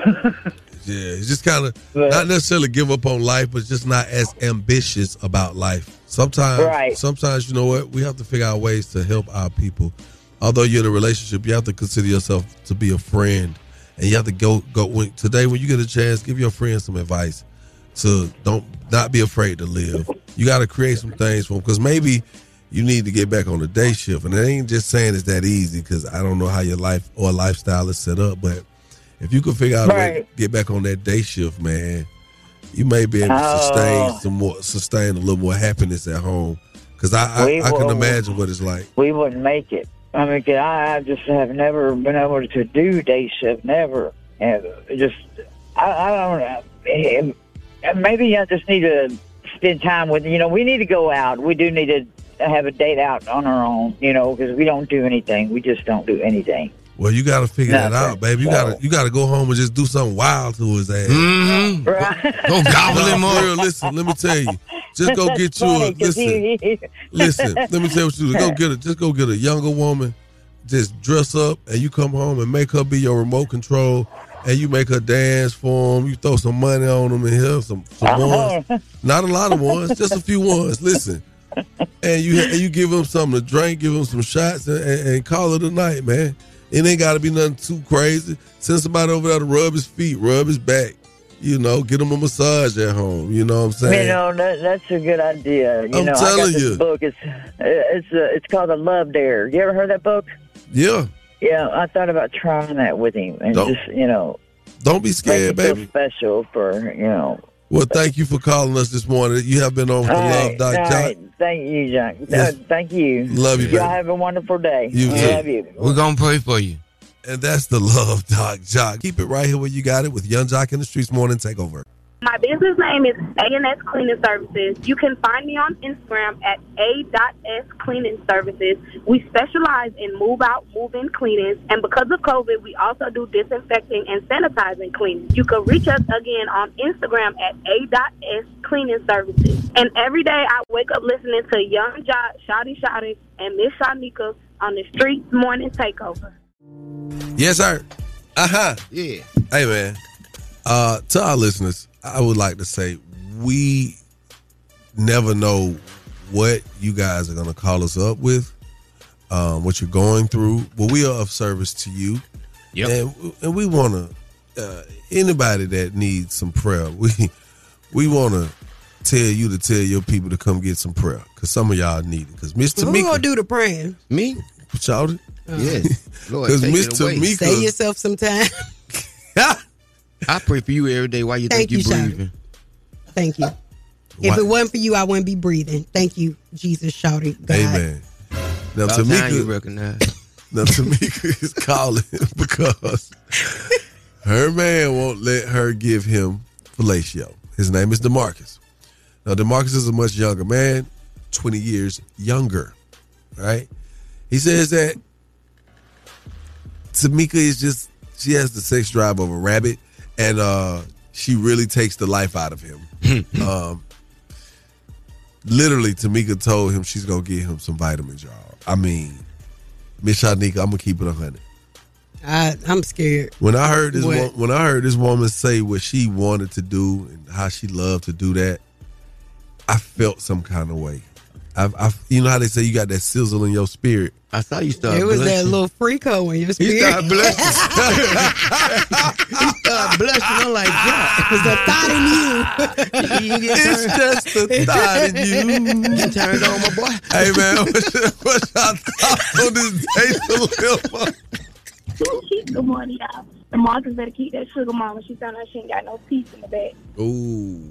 [SPEAKER 2] Yeah, he's just kind of not necessarily give up on life, but just not as ambitious about life. Sometimes,
[SPEAKER 26] Right.
[SPEAKER 2] sometimes you know what we have to figure out ways to help our people. Although you're in a relationship, you have to consider yourself to be a friend, and you have to go go when, today when you get a chance, give your friend some advice to don't not be afraid to live. You got to create some things for them because maybe you need to get back on the day shift, and it ain't just saying it's that easy because I don't know how your life or lifestyle is set up, but if you could figure out a way to
[SPEAKER 26] Right.
[SPEAKER 2] get back on that day shift, man, you may be able to sustain
[SPEAKER 26] Oh.
[SPEAKER 2] some more, sustain a little more happiness at home. Because I,
[SPEAKER 26] We
[SPEAKER 2] I, I can
[SPEAKER 26] will-
[SPEAKER 2] imagine what it's like.
[SPEAKER 26] we wouldn't make it. I mean, 'cause I, I just have never been able to do day shift, never. And uh, it just, I, I don't know. And Maybe I just need to spend time with, you know, we need to go out. We do need to have a date out on our own, you know, because we don't do anything. We just don't do anything.
[SPEAKER 2] Well, you got to figure that
[SPEAKER 26] Nothing.
[SPEAKER 2] out, baby. You got to you got to go home and just do something wild to his ass. Mm-hmm. Go, gobble him up. Listen, let me tell you. Just go
[SPEAKER 26] That's
[SPEAKER 2] get you a
[SPEAKER 26] funny, 'cause
[SPEAKER 2] listen.
[SPEAKER 26] he- he- [laughs]
[SPEAKER 2] Listen, let me tell you what you do. Go get a just go get a younger woman, just dress up, and you come home and make her be your remote control, and you make her dance for him. You throw some money on them and here some some
[SPEAKER 26] Oh.
[SPEAKER 2] ones, not a lot of ones, just a few ones. Listen, and you and you give them something to drink, give them some shots, and, and, and call it a night, man. It ain't got to be nothing too crazy. Send somebody over there to rub his feet, rub his back. You know, get him a massage at home. You know what I'm saying?
[SPEAKER 26] You know that, that's a good idea. You
[SPEAKER 2] I'm
[SPEAKER 26] know, I
[SPEAKER 2] telling
[SPEAKER 26] got this
[SPEAKER 2] you.
[SPEAKER 26] book. It's it's uh, it's called The Love Dare. You ever heard that book?
[SPEAKER 2] Yeah.
[SPEAKER 26] Yeah, I thought about trying that with him and
[SPEAKER 2] Don't-
[SPEAKER 26] just you know.
[SPEAKER 2] Don't be scared,
[SPEAKER 26] make it feel
[SPEAKER 2] baby.
[SPEAKER 26] special for you know.
[SPEAKER 2] Well, thank you for calling us this morning. You have been on with the
[SPEAKER 26] All
[SPEAKER 2] Love
[SPEAKER 26] right,
[SPEAKER 2] Doc
[SPEAKER 26] all
[SPEAKER 2] Jock.
[SPEAKER 26] right. Thank you, Jack.
[SPEAKER 2] Yes.
[SPEAKER 26] Uh, thank you.
[SPEAKER 2] Love you,
[SPEAKER 26] Y'all
[SPEAKER 2] baby.
[SPEAKER 26] have a wonderful day.
[SPEAKER 2] You too.
[SPEAKER 26] Love you.
[SPEAKER 2] We're gonna pray for you. And that's the Love Doc Jock. Keep it right here where you got it with Young Jock in the Streets Morning Takeover.
[SPEAKER 18] My business name is A&S Cleaning Services. You can find me on Instagram at A.S Cleaning Services. We specialize in move out, move in cleanings, and because of COVID, we also do disinfecting and sanitizing cleanings. You can reach us again on Instagram at A.S Cleaning Services. And every day I wake up listening to Young Jock, Shotty Shotty, and Miss Shanika on the Streets Morning Takeover.
[SPEAKER 2] Yes, sir. Uh huh.
[SPEAKER 3] Yeah.
[SPEAKER 2] Hey, man. Uh, to our listeners, I would like to say we never know what you guys are going to call us up with, um, what you're going through, but we are of service to you. And, and we want to, uh, anybody that needs some prayer, [laughs] we we want to tell you to tell your people to come get some prayer because some of y'all need it. Because Miss
[SPEAKER 6] Who
[SPEAKER 2] Tamika,
[SPEAKER 6] gonna do the praying?
[SPEAKER 3] Me?
[SPEAKER 2] shout it. [laughs]
[SPEAKER 3] Yes. Lord,
[SPEAKER 2] Because
[SPEAKER 3] take
[SPEAKER 2] Miss
[SPEAKER 3] it away.
[SPEAKER 2] Tamika.
[SPEAKER 6] Say yourself some time.
[SPEAKER 3] I pray for you every day while you
[SPEAKER 6] Thank
[SPEAKER 3] think
[SPEAKER 6] you,
[SPEAKER 3] you're
[SPEAKER 6] Shawty.
[SPEAKER 3] breathing.
[SPEAKER 6] [laughs] Thank you. If
[SPEAKER 3] Why-
[SPEAKER 6] it wasn't for you, I wouldn't be breathing. Thank you, Jesus, shouting. God.
[SPEAKER 2] Amen. Now
[SPEAKER 3] About time you
[SPEAKER 2] Tamika, now [laughs] Tamika is calling because her man won't let her give him fellatio. His name is Demarcus. Now Demarcus is a much younger man, twenty years younger. Right? He says that Tamika is just she has the sex drive of a rabbit, and uh, she really takes the life out of him. um, literally, Tamika told him she's gonna get him some vitamins, y'all. I mean, Miss Shanika, I'm gonna keep it a hundred.
[SPEAKER 6] I, I'm scared.
[SPEAKER 2] When I heard this,
[SPEAKER 6] What?
[SPEAKER 2] wo- when I heard this woman say what she wanted to do and how she loved to do that, I felt some kind of way. I, I, you know how they say you got that sizzle in your spirit.
[SPEAKER 3] I saw you
[SPEAKER 2] uh,
[SPEAKER 3] start.
[SPEAKER 6] It was that little freako in your spirit.
[SPEAKER 3] started blushing.
[SPEAKER 6] [laughs] he started blushing. I'm like, yeah, it was the thought in you.
[SPEAKER 2] [laughs] It's just the thought in
[SPEAKER 6] [laughs]
[SPEAKER 2] you.
[SPEAKER 3] [laughs] You turn it on, my boy.
[SPEAKER 2] Hey man, [laughs] what's your, what's your thoughts on this date dilemma?
[SPEAKER 18] Good morning, y'all. The Marcus better keep that sugar mama. She sound like she ain't got no teeth in the back.
[SPEAKER 2] Ooh,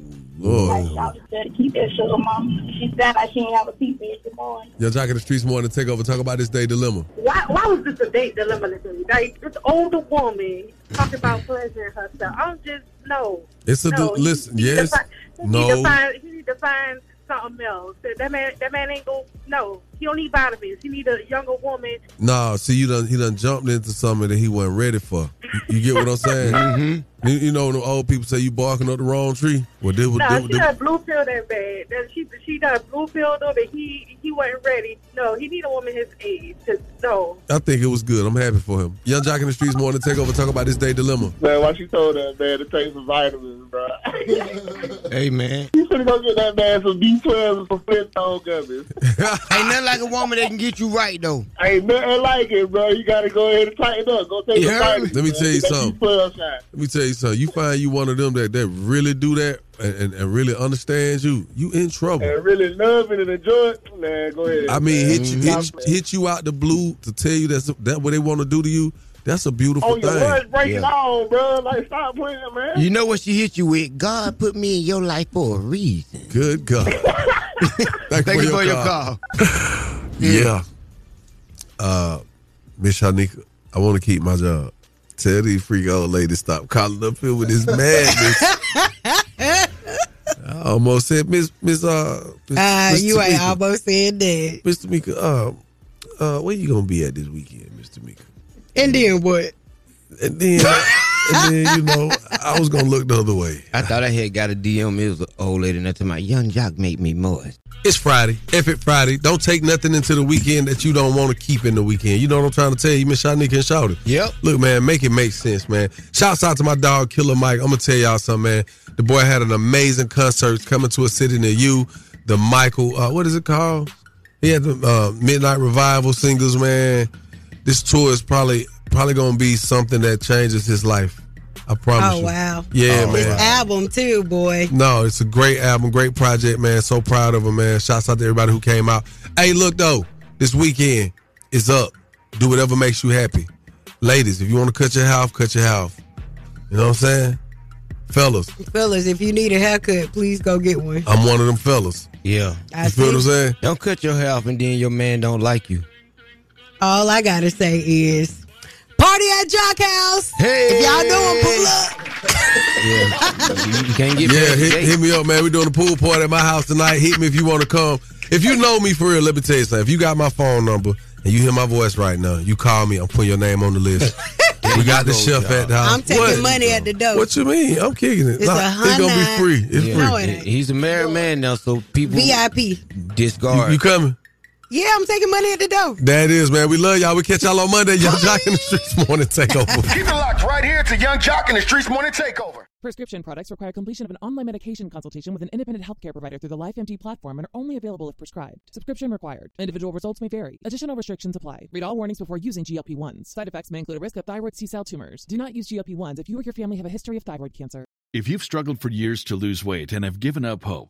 [SPEAKER 18] Like, y'all just better keep that sugar mama. She sound like she ain't have a teeth in the morning.
[SPEAKER 2] Yo, Jock in the streets wanted to take over. Talk about this day dilemma.
[SPEAKER 19] Why, why was this a date dilemma today? Like, this older woman talking about pleasuring herself. I'm just, no.
[SPEAKER 2] It's a
[SPEAKER 19] no,
[SPEAKER 2] du- listen, yes,
[SPEAKER 19] He, defi- he
[SPEAKER 2] no.
[SPEAKER 19] Need to find, he need to find something else. That- That man, that man ain't go, no. He don't need vitamins. He need a younger woman.
[SPEAKER 2] Nah, see, you done he done jumped into something that he wasn't ready for. You, you get what I'm saying? mm-hmm. you, you know, the old people say you barking up the wrong tree. Well, this, was
[SPEAKER 19] No,
[SPEAKER 2] this,
[SPEAKER 19] she
[SPEAKER 2] this-
[SPEAKER 19] got blue pill that bad. That she she got blue pill though, but he he wasn't ready. No, he need a woman his age. 'cause no,
[SPEAKER 2] I think it was good. I'm happy for him. Young Jock in the streets wanted to take over. Talk about this day dilemma.
[SPEAKER 20] Man, why she told that man to take some vitamins, bro? [laughs]
[SPEAKER 3] Hey, man.
[SPEAKER 20] you should go get that man some B12 and some Flintstone
[SPEAKER 2] [laughs]
[SPEAKER 20] gummies.
[SPEAKER 3] Ain't nothing like a woman that can get you right, though.
[SPEAKER 20] Ain't nothing like it, bro. You gotta go ahead and tighten up. Go take
[SPEAKER 2] You
[SPEAKER 20] some
[SPEAKER 2] heard me?
[SPEAKER 20] vitamins.
[SPEAKER 2] Let me
[SPEAKER 20] man.
[SPEAKER 2] tell you
[SPEAKER 20] Get that
[SPEAKER 2] something.
[SPEAKER 20] B12 shot.
[SPEAKER 2] Let me tell you something. You find you one of them that, that really do that and, and, and really understands you, you in trouble.
[SPEAKER 20] And really love it and enjoy it. Man, go ahead.
[SPEAKER 2] Oh. I mean,
[SPEAKER 20] man.
[SPEAKER 2] hit you, hit, you- hit you out the blue to tell you that's that what they want to do to you. That's a beautiful
[SPEAKER 20] On Oh, your lunch
[SPEAKER 2] thing.
[SPEAKER 20] break it on, bro. Like, stop playing, man.
[SPEAKER 3] You know what she hit you with? God put me in your life for a reason. [laughs]
[SPEAKER 2] Good God. Thank,
[SPEAKER 3] you for your
[SPEAKER 2] call. Yeah. Uh, Miss Shanika, I want to keep my job. Tell these freak old ladies stop calling up here with this [laughs] madness. I almost said, Miss Miss uh, Miss,
[SPEAKER 6] Uh,
[SPEAKER 2] Miss
[SPEAKER 6] you ain't
[SPEAKER 2] Tamika,
[SPEAKER 6] almost said that.
[SPEAKER 2] Miss Tamika, uh, uh, where you gonna be at this weekend, Miss Tamika?
[SPEAKER 6] [laughs] And then what?
[SPEAKER 2] And then, and then you know, I was gonna look the other way.
[SPEAKER 3] I thought I had got a DM. It was an old lady, and I told my young jock made me moist.
[SPEAKER 2] It's Friday. F it Friday. Don't take nothing into the weekend that you don't want to keep in the weekend. You know what I'm trying to tell you, Miss Shanika and Shouty. Yep. Look, man, make it make sense, man. Shouts out to my dog, Killer Mike. I'm gonna tell y'all something, man. The boy had an amazing concert coming to a city near you. The Michael, uh, what is it called? He had the uh, Midnight Revival singles, man. This tour is probably probably gonna be something that changes his life. I promise
[SPEAKER 6] Oh
[SPEAKER 2] you.
[SPEAKER 6] wow!
[SPEAKER 2] Yeah,
[SPEAKER 6] This
[SPEAKER 2] man.
[SPEAKER 6] album too, boy.
[SPEAKER 2] No, it's a great album, great project, man. So proud of him, man. Shouts out to everybody who came out. Hey, look though, this weekend is up. Do whatever makes you happy. Ladies, if you want to cut your hair off, cut your hair off. You know what I'm saying? Fellas,
[SPEAKER 6] Fellas, if you need a haircut, please go get one.
[SPEAKER 2] I'm one of them fellas.
[SPEAKER 3] Yeah.
[SPEAKER 6] I You feel what I'm see.
[SPEAKER 2] saying?
[SPEAKER 3] Don't cut your hair off, and then your man don't like you.
[SPEAKER 6] All I gotta say is, [laughs] Party at Jock House. Hey. If y'all know him, pull up.
[SPEAKER 2] [laughs] you can't get yeah, hit, hit me up, man. We're doing a pool party at my house tonight. Hit me if you want to come. If you know me for real, let me tell you something. If you got my phone number and you hear my voice right now, you call me. I'm putting your name on the [laughs] list. we got the chef at the house.
[SPEAKER 6] I'm taking
[SPEAKER 2] Uh, What?
[SPEAKER 6] money at the door.
[SPEAKER 2] What you mean? I'm kicking it.
[SPEAKER 6] It's
[SPEAKER 2] Nah,
[SPEAKER 6] a
[SPEAKER 2] it's gonna be
[SPEAKER 6] hundred.
[SPEAKER 2] free. It's
[SPEAKER 6] Yeah.
[SPEAKER 2] free.
[SPEAKER 6] No, it ain't.
[SPEAKER 3] He's a married man now, so people
[SPEAKER 6] VIP.
[SPEAKER 3] discard.
[SPEAKER 2] You coming?
[SPEAKER 6] Yeah, I'm taking money at the door.
[SPEAKER 2] That is, man. We love y'all. We catch y'all on Monday. Y'all [laughs] jocking the streets morning takeover.
[SPEAKER 8] Keep it locked right here to Young Jock and the Streets Morning Takeover.
[SPEAKER 27] Prescription products require completion of an online medication consultation with an independent healthcare provider through the LifeMD platform and are only available if prescribed. Subscription required. Individual results may vary. Additional restrictions apply. Read all warnings before using GLP-1s. Side effects may include a risk of thyroid C-cell tumors. Do not use GLP-1s if you or your family have a history of thyroid cancer.
[SPEAKER 28] If you've struggled for years to lose weight and have given up hope,